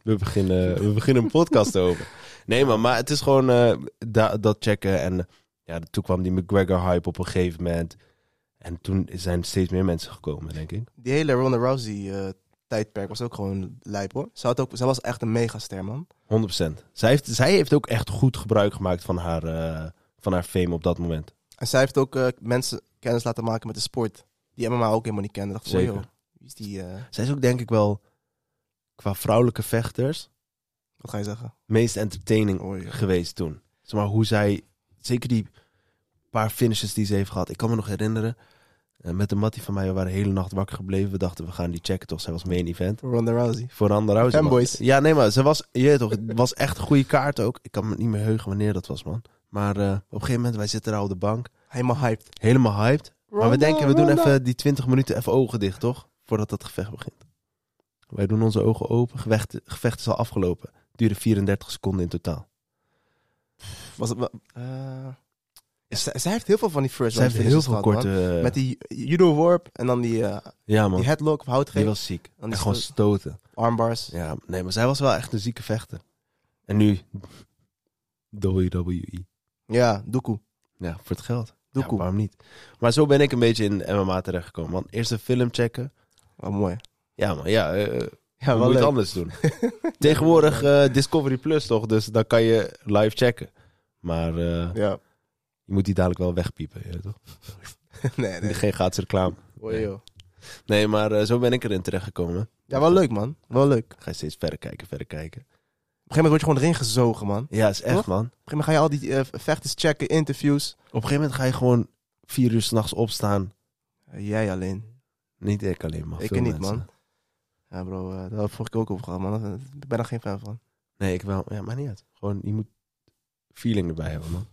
[SPEAKER 1] we, beginnen, we beginnen een podcast over. Nee, man, maar het is gewoon eh, da- dat checken. En eh, ja, toen kwam die McGregor-hype op een gegeven moment. En toen zijn steeds meer mensen gekomen, denk ik.
[SPEAKER 2] Die hele Ronda Rousey-tijdperk was ook gewoon lijp, hoor. Ze, had ook, ze was echt een megaster, man.
[SPEAKER 1] 100%. Zij heeft, zij heeft ook echt goed gebruik gemaakt van haar, eh, van haar fame op dat moment.
[SPEAKER 2] En zij heeft ook eh, mensen kennis laten maken met de sport. Die MMA ook helemaal niet kende. Dacht,
[SPEAKER 1] Zeker.
[SPEAKER 2] Zeker. wie is die... eh,
[SPEAKER 1] Zij is ook denk ik wel, qua vrouwelijke vechters,
[SPEAKER 2] wat ga je zeggen?
[SPEAKER 1] meest entertaining
[SPEAKER 2] Oh, joh.
[SPEAKER 1] geweest toen. Zeg maar hoe zij, zeker die paar finishes die ze heeft gehad. Ik kan me nog herinneren, eh, met de mattie van mij, we waren de hele nacht wakker gebleven. We dachten, we gaan die checken toch, zij was main event.
[SPEAKER 2] Ronda Rousey.
[SPEAKER 1] Voor Ronda Rousey. man.
[SPEAKER 2] Fanboys.
[SPEAKER 1] Ja, nee, maar ze was, je weet toch, het was echt een goede kaart ook. Ik kan me niet meer heugen wanneer dat was, man. Maar eh, op een gegeven moment, wij zitten daar op de bank.
[SPEAKER 2] Helemaal hyped.
[SPEAKER 1] Helemaal hyped. Maar we
[SPEAKER 2] Ronda,
[SPEAKER 1] denken, we doen
[SPEAKER 2] Ronda.
[SPEAKER 1] even die 20 minuten even ogen dicht, toch? Voordat dat gevecht begint. Wij doen onze ogen open. Gevecht, gevecht is al afgelopen. Duurde 34 seconden in totaal.
[SPEAKER 2] Was het, wel- eh, zij, zij heeft heel veel van die first
[SPEAKER 1] Ze heeft
[SPEAKER 2] round
[SPEAKER 1] heel
[SPEAKER 2] finishes
[SPEAKER 1] veel
[SPEAKER 2] gehad, man.
[SPEAKER 1] korte... eh,
[SPEAKER 2] Met die judo worp en dan die, eh,
[SPEAKER 1] ja, man.
[SPEAKER 2] die headlock op hout
[SPEAKER 1] Die
[SPEAKER 2] geven.
[SPEAKER 1] was ziek.
[SPEAKER 2] Dan
[SPEAKER 1] En
[SPEAKER 2] is
[SPEAKER 1] gewoon
[SPEAKER 2] het-
[SPEAKER 1] stoten.
[SPEAKER 2] Armbars.
[SPEAKER 1] Ja, nee, maar zij was wel echt een zieke vechter. En nu... WWE.
[SPEAKER 2] Ja, doekoe.
[SPEAKER 1] Ja, voor het geld. Doe
[SPEAKER 2] Doekoe.
[SPEAKER 1] ja, waarom niet? Maar zo ben ik een beetje in MMA terechtgekomen. Man, eerst een film checken.
[SPEAKER 2] Oh, mooi.
[SPEAKER 1] Ja, man, ja. eh
[SPEAKER 2] Ja,
[SPEAKER 1] we
[SPEAKER 2] wel
[SPEAKER 1] moeten
[SPEAKER 2] leuk.
[SPEAKER 1] anders doen. Tegenwoordig eh, Discovery Plus toch, dus dan kan je live checken. Maar eh,
[SPEAKER 2] Ja.
[SPEAKER 1] je moet die dadelijk wel wegpiepen, je weet toch?
[SPEAKER 2] nee, nee.
[SPEAKER 1] Geen gratis reclame.
[SPEAKER 2] Hoi, joh.
[SPEAKER 1] Nee, maar eh, zo ben ik erin terechtgekomen.
[SPEAKER 2] Ja, wel leuk, man. Wel leuk.
[SPEAKER 1] Ga je steeds verder kijken, verder kijken.
[SPEAKER 2] Op een gegeven moment word je gewoon erin gezogen, man. Op een
[SPEAKER 1] Ja, is echt,
[SPEAKER 2] Toch?
[SPEAKER 1] man.
[SPEAKER 2] gegeven moment ga je al die eh, vechters checken, interviews.
[SPEAKER 1] Op een gegeven moment ga je gewoon vier uur s'nachts opstaan.
[SPEAKER 2] Eh, jij alleen.
[SPEAKER 1] Niet ik alleen, maar
[SPEAKER 2] Ik
[SPEAKER 1] veel
[SPEAKER 2] niet,
[SPEAKER 1] mensen.
[SPEAKER 2] man. Ja, bro, eh, daar heb ik vorige keer ook over gehad, man. Dat- Ik ben er geen fan van.
[SPEAKER 1] Nee, ik wel. Ja, maar niet uit. Gewoon, je moet feeling erbij hebben, man.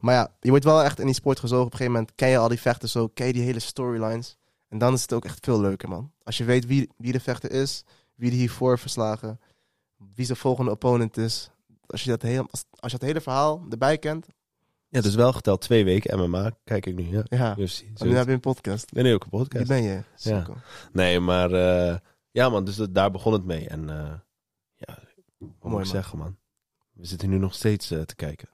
[SPEAKER 2] Maar ja, je wordt wel echt in die sport gezogen. Op een gegeven moment ken je al die vechters zo, ken je die hele storylines. En dan is het ook echt veel leuker, man. Als je weet wie, wie de vechter is, wie die hiervoor verslagen, wie zijn volgende opponent is. Als je dat hele, als, als je dat hele verhaal erbij kent,
[SPEAKER 1] Ja, dus wel geteld twee weken MMA. Kijk ik nu, ja.
[SPEAKER 2] ja.
[SPEAKER 1] UFC. Zo
[SPEAKER 2] En nu heb je een podcast.
[SPEAKER 1] Ben je ook een
[SPEAKER 2] Wie
[SPEAKER 1] podcast?
[SPEAKER 2] ben je?
[SPEAKER 1] Ja.
[SPEAKER 2] Sukkel.
[SPEAKER 1] Nee, maar eh, ja man, dus dat- daar begon het mee. En eh, ja, wat moet
[SPEAKER 2] man.
[SPEAKER 1] ik zeggen man. We zitten nu nog steeds eh, te kijken.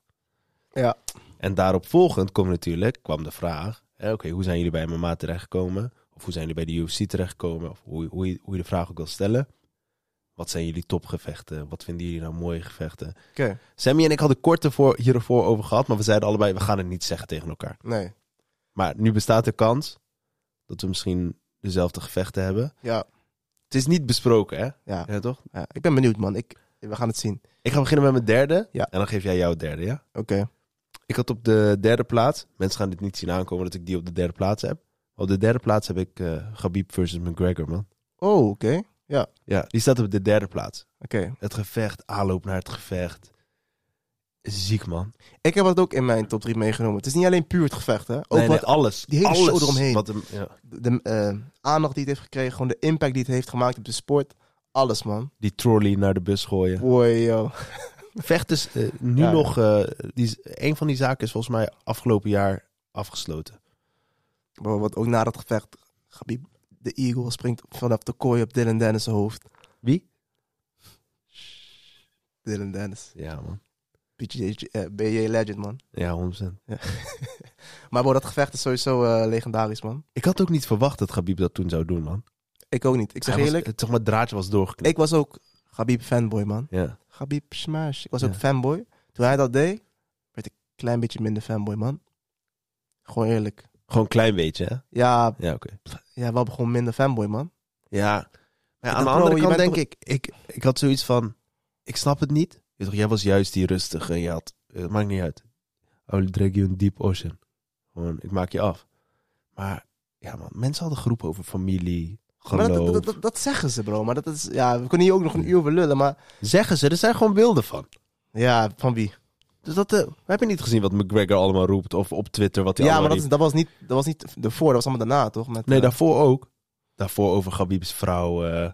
[SPEAKER 2] Ja.
[SPEAKER 1] En daarop volgend kwam natuurlijk, kwam de vraag. eh, Oké, hoe zijn jullie bij MMA terechtgekomen? Of hoe zijn jullie bij de UFC terechtgekomen? Of hoe, hoe, je- hoe je de vraag ook wil stellen. Wat zijn jullie topgevechten? Wat vinden jullie nou mooie gevechten?
[SPEAKER 2] Oké.
[SPEAKER 1] Sammy en ik hadden kort ervoor, hiervoor over gehad. Maar we zeiden allebei, we gaan het niet zeggen tegen elkaar.
[SPEAKER 2] Nee.
[SPEAKER 1] Maar nu bestaat de kans dat we misschien dezelfde gevechten hebben.
[SPEAKER 2] Ja.
[SPEAKER 1] Het is niet besproken, hè?
[SPEAKER 2] Ja.
[SPEAKER 1] Ja, toch?
[SPEAKER 2] ja. Ik ben benieuwd, man. Ik, we gaan het zien.
[SPEAKER 1] Ik ga beginnen met mijn derde.
[SPEAKER 2] Ja.
[SPEAKER 1] En dan geef jij jouw derde, ja?
[SPEAKER 2] Oké.
[SPEAKER 1] Ik had op de derde plaats... Mensen gaan dit niet zien aankomen dat ik die op de derde plaats heb. Op de derde plaats heb ik eh Khabib versus McGregor, man.
[SPEAKER 2] Oh, oké. Oké.
[SPEAKER 1] Ja, die staat op de derde plaats. Het gevecht, aanloop naar het gevecht. Ziek, man.
[SPEAKER 2] Ik heb dat ook in mijn top 3 meegenomen. Het is niet alleen puur het gevecht, hè. Ook
[SPEAKER 1] Nee, nee,
[SPEAKER 2] wat
[SPEAKER 1] alles.
[SPEAKER 2] die hele
[SPEAKER 1] alles
[SPEAKER 2] show eromheen.
[SPEAKER 1] Wat hem, ja.
[SPEAKER 2] de eh, aandacht die het heeft gekregen, gewoon de impact die het heeft gemaakt op de sport. Alles, man.
[SPEAKER 1] Die trolley naar de bus gooien.
[SPEAKER 2] Boy, yo.
[SPEAKER 1] Vecht is eh, nu
[SPEAKER 2] Ja.
[SPEAKER 1] nog... eh, die, een van die zaken is volgens mij afgelopen jaar afgesloten.
[SPEAKER 2] Bro, wat ook na dat gevecht, Khabib, de Eagle springt vanaf de kooi op Dylan Dennis' hoofd.
[SPEAKER 1] Wie?
[SPEAKER 2] Dylan Dennis.
[SPEAKER 1] Ja, man.
[SPEAKER 2] PJ, eh, BJ Legend, man.
[SPEAKER 1] Ja, 100%.
[SPEAKER 2] Maar bro, dat gevecht is sowieso eh, legendarisch, man.
[SPEAKER 1] Ik had ook niet verwacht dat Khabib dat toen zou doen, man.
[SPEAKER 2] Ik ook niet. Ik zeg
[SPEAKER 1] Hij was-
[SPEAKER 2] eerlijk,
[SPEAKER 1] het, zeg maar, het draadje was doorgeknipt.
[SPEAKER 2] ik was ook Khabib fanboy, man.
[SPEAKER 1] Ja.
[SPEAKER 2] Khabib smash. Ik was ook
[SPEAKER 1] Ja.
[SPEAKER 2] fanboy. Toen hij dat deed, werd ik een klein beetje minder fanboy, man. Gewoon eerlijk.
[SPEAKER 1] Gewoon een klein beetje, hè?
[SPEAKER 2] Ja,
[SPEAKER 1] Ja, oké.
[SPEAKER 2] ja, wel gewoon minder fanboy, man.
[SPEAKER 1] Ja. Maar
[SPEAKER 2] Ik
[SPEAKER 1] aan de
[SPEAKER 2] dacht,
[SPEAKER 1] andere
[SPEAKER 2] bro, je
[SPEAKER 1] kant
[SPEAKER 2] bent
[SPEAKER 1] denk ik, ik... Ik had zoiets van... Ik snap het niet. Je weet toch, jij was juist die rustige. Je had... eh, Het maakt niet uit. Oh, I will drag you in deep ocean. Gewoon, ik maak je af. Maar, ja man. Mensen hadden groepen over familie, geloof.
[SPEAKER 2] Maar dat, dat, dat, dat zeggen ze, bro. Maar dat is, ja, we kunnen hier ook nog een uur over lullen, maar...
[SPEAKER 1] Zeggen ze, er zijn gewoon beelden van.
[SPEAKER 2] Ja, van wie?
[SPEAKER 1] Dus dat... eh, heb je niet gezien wat McGregor allemaal roept? Of op Twitter wat hij
[SPEAKER 2] ja, maar
[SPEAKER 1] allemaal
[SPEAKER 2] dat, is, dat, was niet, dat was niet de voor, dat was allemaal daarna, toch? Met,
[SPEAKER 1] Nee,
[SPEAKER 2] eh,
[SPEAKER 1] daarvoor ook. Daarvoor over Gabib's vrouw. eh,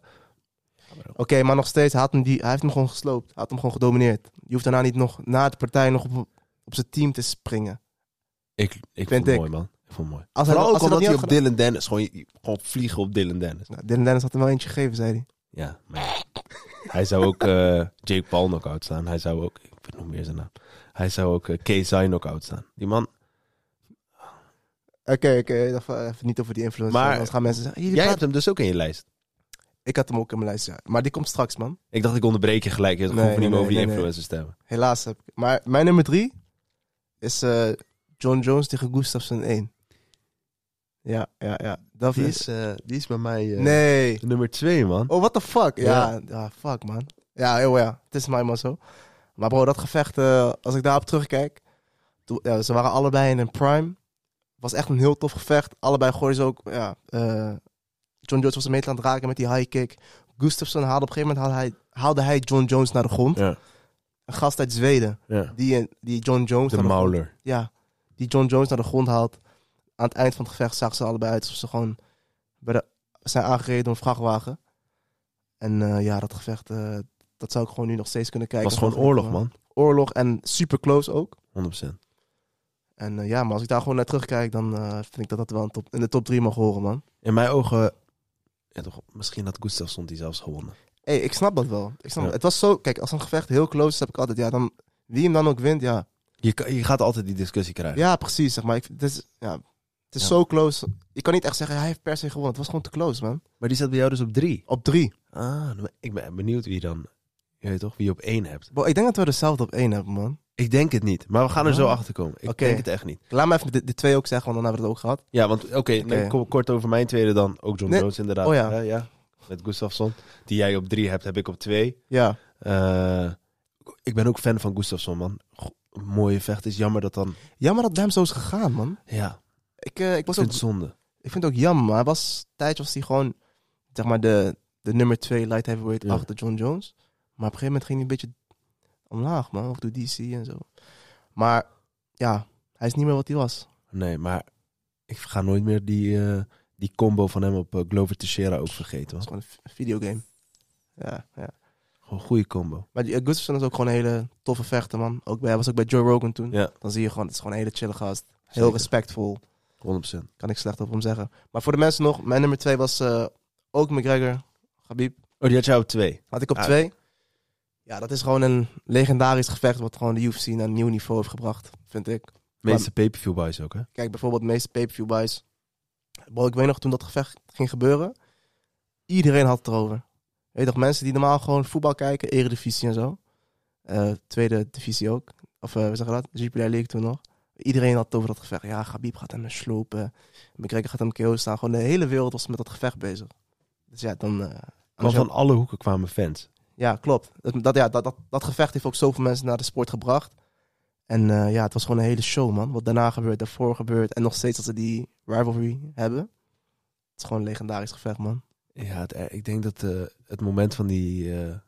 [SPEAKER 2] Oké, maar nog steeds, hij, had hem die, hij heeft hem gewoon gesloopt. Hij had hem gewoon gedomineerd. Je hoeft daarna niet nog, na de partij, nog op, op zijn team te springen.
[SPEAKER 1] ik, ik
[SPEAKER 2] Vind
[SPEAKER 1] vond het
[SPEAKER 2] ik.
[SPEAKER 1] mooi, man. Ik vond het mooi.
[SPEAKER 2] Als hij,
[SPEAKER 1] Vooral
[SPEAKER 2] als
[SPEAKER 1] ook omdat
[SPEAKER 2] hij dat niet
[SPEAKER 1] hij
[SPEAKER 2] had
[SPEAKER 1] op Dylan Dennis... Gewoon, gewoon vliegen op Dylan Dennis.
[SPEAKER 2] gedaan- Nou, Dylan Dennis had hem wel eentje gegeven, zei hij.
[SPEAKER 1] Ja, maar ja. Hij zou ook eh, Jake Paul knock-out staan. Hij zou ook... Ik weet nog meer zijn naam. Hij zou ook eh KSI knock-out staan. Die man...
[SPEAKER 2] Oké, oké, even, even niet over die influencer.
[SPEAKER 1] Maar-
[SPEAKER 2] Maar anders gaan mensen zeggen... "Jullie
[SPEAKER 1] Jij hebt
[SPEAKER 2] praten-"
[SPEAKER 1] hem dus ook in je lijst.
[SPEAKER 2] Ik had hem ook in mijn lijst, ja. Maar die komt straks, man.
[SPEAKER 1] Ik dacht, ik onderbreek je gelijk. Je hoeft
[SPEAKER 2] Nee,
[SPEAKER 1] gewoon niet
[SPEAKER 2] nee,
[SPEAKER 1] meer over
[SPEAKER 2] nee,
[SPEAKER 1] die
[SPEAKER 2] nee, nee.
[SPEAKER 1] influencers stemmen.
[SPEAKER 2] Helaas heb ik... Maar mijn nummer drie is eh, John Jones tegen Gustafsson 1. Ja, ja, ja. Dat
[SPEAKER 1] Die
[SPEAKER 2] is...
[SPEAKER 1] is, eh, die is bij mij eh,
[SPEAKER 2] Nee.
[SPEAKER 1] nummer twee, man.
[SPEAKER 2] Oh, what the fuck? Ja, ja, fuck man. Ja, joh, ja. Het is mij maar zo. Maar bro, dat gevecht, eh, als ik daarop terugkijk. toen- ja, ze waren allebei in een prime. Was echt een heel tof gevecht. Allebei gooiden ze ook. Ja, eh, John Jones was hem meteen aan het raken met die high kick. Gustafsson haalde op een gegeven moment haalde hij, haalde hij John Jones naar de grond.
[SPEAKER 1] Ja.
[SPEAKER 2] een gast uit Zweden.
[SPEAKER 1] Ja.
[SPEAKER 2] Die, een- die John Jones
[SPEAKER 1] De
[SPEAKER 2] naar de grond-
[SPEAKER 1] mauler.
[SPEAKER 2] ja, die John Jones naar de grond haalt. Aan het eind van het gevecht zagen ze allebei uit alsof ze gewoon bij de, zijn aangereden door een vrachtwagen. En eh, ja, dat gevecht, eh, dat zou ik gewoon nu nog steeds kunnen
[SPEAKER 1] Het
[SPEAKER 2] kijken.
[SPEAKER 1] was gewoon oorlog, man.
[SPEAKER 2] Oorlog en super close ook.
[SPEAKER 1] 100%.
[SPEAKER 2] En eh, ja, maar als ik daar gewoon naar terugkijk, dan eh, vind ik dat dat wel een top, in de top 3 mag horen, man.
[SPEAKER 1] In mijn ogen... Ja, toch, misschien had Gustafsson die zelfs gewonnen.
[SPEAKER 2] Hey, ik snap dat wel. Ik
[SPEAKER 1] Ja.
[SPEAKER 2] snap het. Het was zo, kijk, als een gevecht heel close is, heb ik altijd, ja, dan, wie hem dan ook wint, ja.
[SPEAKER 1] Je, kan- je gaat altijd die discussie krijgen.
[SPEAKER 2] Ja, precies, zeg maar. Ik, het is, ja, het is
[SPEAKER 1] Ja.
[SPEAKER 2] zo close. Je kan niet echt zeggen, hij heeft per se gewonnen. Het was gewoon te close, man.
[SPEAKER 1] Maar die zat bij jou dus op drie.
[SPEAKER 2] Op drie.
[SPEAKER 1] Ah, nou, ik ben benieuwd wie dan... Je weet toch, wie je op één hebt.
[SPEAKER 2] Bro, ik denk dat we dezelfde op één hebben, man.
[SPEAKER 1] Ik denk het niet, maar we gaan er zo
[SPEAKER 2] Ah.
[SPEAKER 1] achter komen. Ik
[SPEAKER 2] Oké.
[SPEAKER 1] denk het echt niet.
[SPEAKER 2] Laat me even de, de twee ook zeggen, want dan hebben we het ook gehad.
[SPEAKER 1] Ja, want oké,
[SPEAKER 2] Oké.
[SPEAKER 1] nee, ko- kort over mijn tweede dan. Ook John
[SPEAKER 2] Nee.
[SPEAKER 1] Jones inderdaad.
[SPEAKER 2] Oh ja.
[SPEAKER 1] Hè, Met Gustafsson. Die jij op drie hebt, heb ik op twee.
[SPEAKER 2] Ja,
[SPEAKER 1] Eh, ik ben ook fan van Gustafsson, man. Go- mooie vecht. Is jammer dat dan...
[SPEAKER 2] jammer dat het bij hem zo is gegaan, man.
[SPEAKER 1] Ja,
[SPEAKER 2] Ik, eh, ik,
[SPEAKER 1] ik
[SPEAKER 2] was
[SPEAKER 1] vind
[SPEAKER 2] ook,
[SPEAKER 1] het zonde.
[SPEAKER 2] ik vind het ook jammer, maar hij was, tijd was hij gewoon, zeg maar, de, de nummer twee light heavyweight
[SPEAKER 1] Ja.
[SPEAKER 2] achter John Jones. Maar op een gegeven moment ging hij een beetje omlaag, man. Ook door DC en zo. Maar ja, hij is niet meer wat hij was.
[SPEAKER 1] Nee, maar ik ga nooit meer die, eh, die combo van hem op eh, Glover Teixeira ook vergeten.
[SPEAKER 2] Het
[SPEAKER 1] Man.
[SPEAKER 2] is gewoon een v- videogame. Ja, ja.
[SPEAKER 1] Gewoon een goede combo.
[SPEAKER 2] Maar die, eh, Gustafsson is ook gewoon een hele toffe vechter, man. Ook bij, hij was ook bij Joe Rogan toen.
[SPEAKER 1] Ja.
[SPEAKER 2] Dan zie je gewoon, het is gewoon een hele chille gast. Heel
[SPEAKER 1] Zeker.
[SPEAKER 2] respectvol.
[SPEAKER 1] 100%.
[SPEAKER 2] Kan ik slecht op hem zeggen. Maar voor de mensen nog, mijn nummer twee was eh, ook McGregor. Khabib
[SPEAKER 1] Oh, die had jou op twee.
[SPEAKER 2] had ik op
[SPEAKER 1] Ah.
[SPEAKER 2] twee. Ja, dat is gewoon een legendarisch gevecht wat gewoon de UFC naar een nieuw niveau heeft gebracht, vind ik.
[SPEAKER 1] Meeste pay-per-view buys ook, hè?
[SPEAKER 2] Kijk, bijvoorbeeld de meeste pay-per-view buys. Bro, ik weet nog toen dat gevecht ging gebeuren. Iedereen had het erover. Weet je toch, mensen die normaal gewoon voetbal kijken, eredivisie en zo. Eh, tweede divisie ook. Of eh, we zeggen dat, Jupiler League toen nog. Iedereen had het over dat gevecht. Ja, Khabib gaat hem slopen. McGregor gaat hem KO staan. Gewoon de hele wereld was met dat gevecht bezig. Dus ja, dan... eh,
[SPEAKER 1] Maar
[SPEAKER 2] anders-
[SPEAKER 1] van alle hoeken kwamen fans.
[SPEAKER 2] Ja, klopt. Dat, dat, ja, dat, dat, dat gevecht heeft ook zoveel mensen naar de sport gebracht. En eh, ja, het was gewoon een hele show, man. Wat daarna gebeurt, daarvoor gebeurt. En nog steeds dat ze die rivalry hebben. Het is gewoon een legendarisch gevecht, man.
[SPEAKER 1] Ja, het- eh, ik denk dat eh, het moment van die, eh, eh,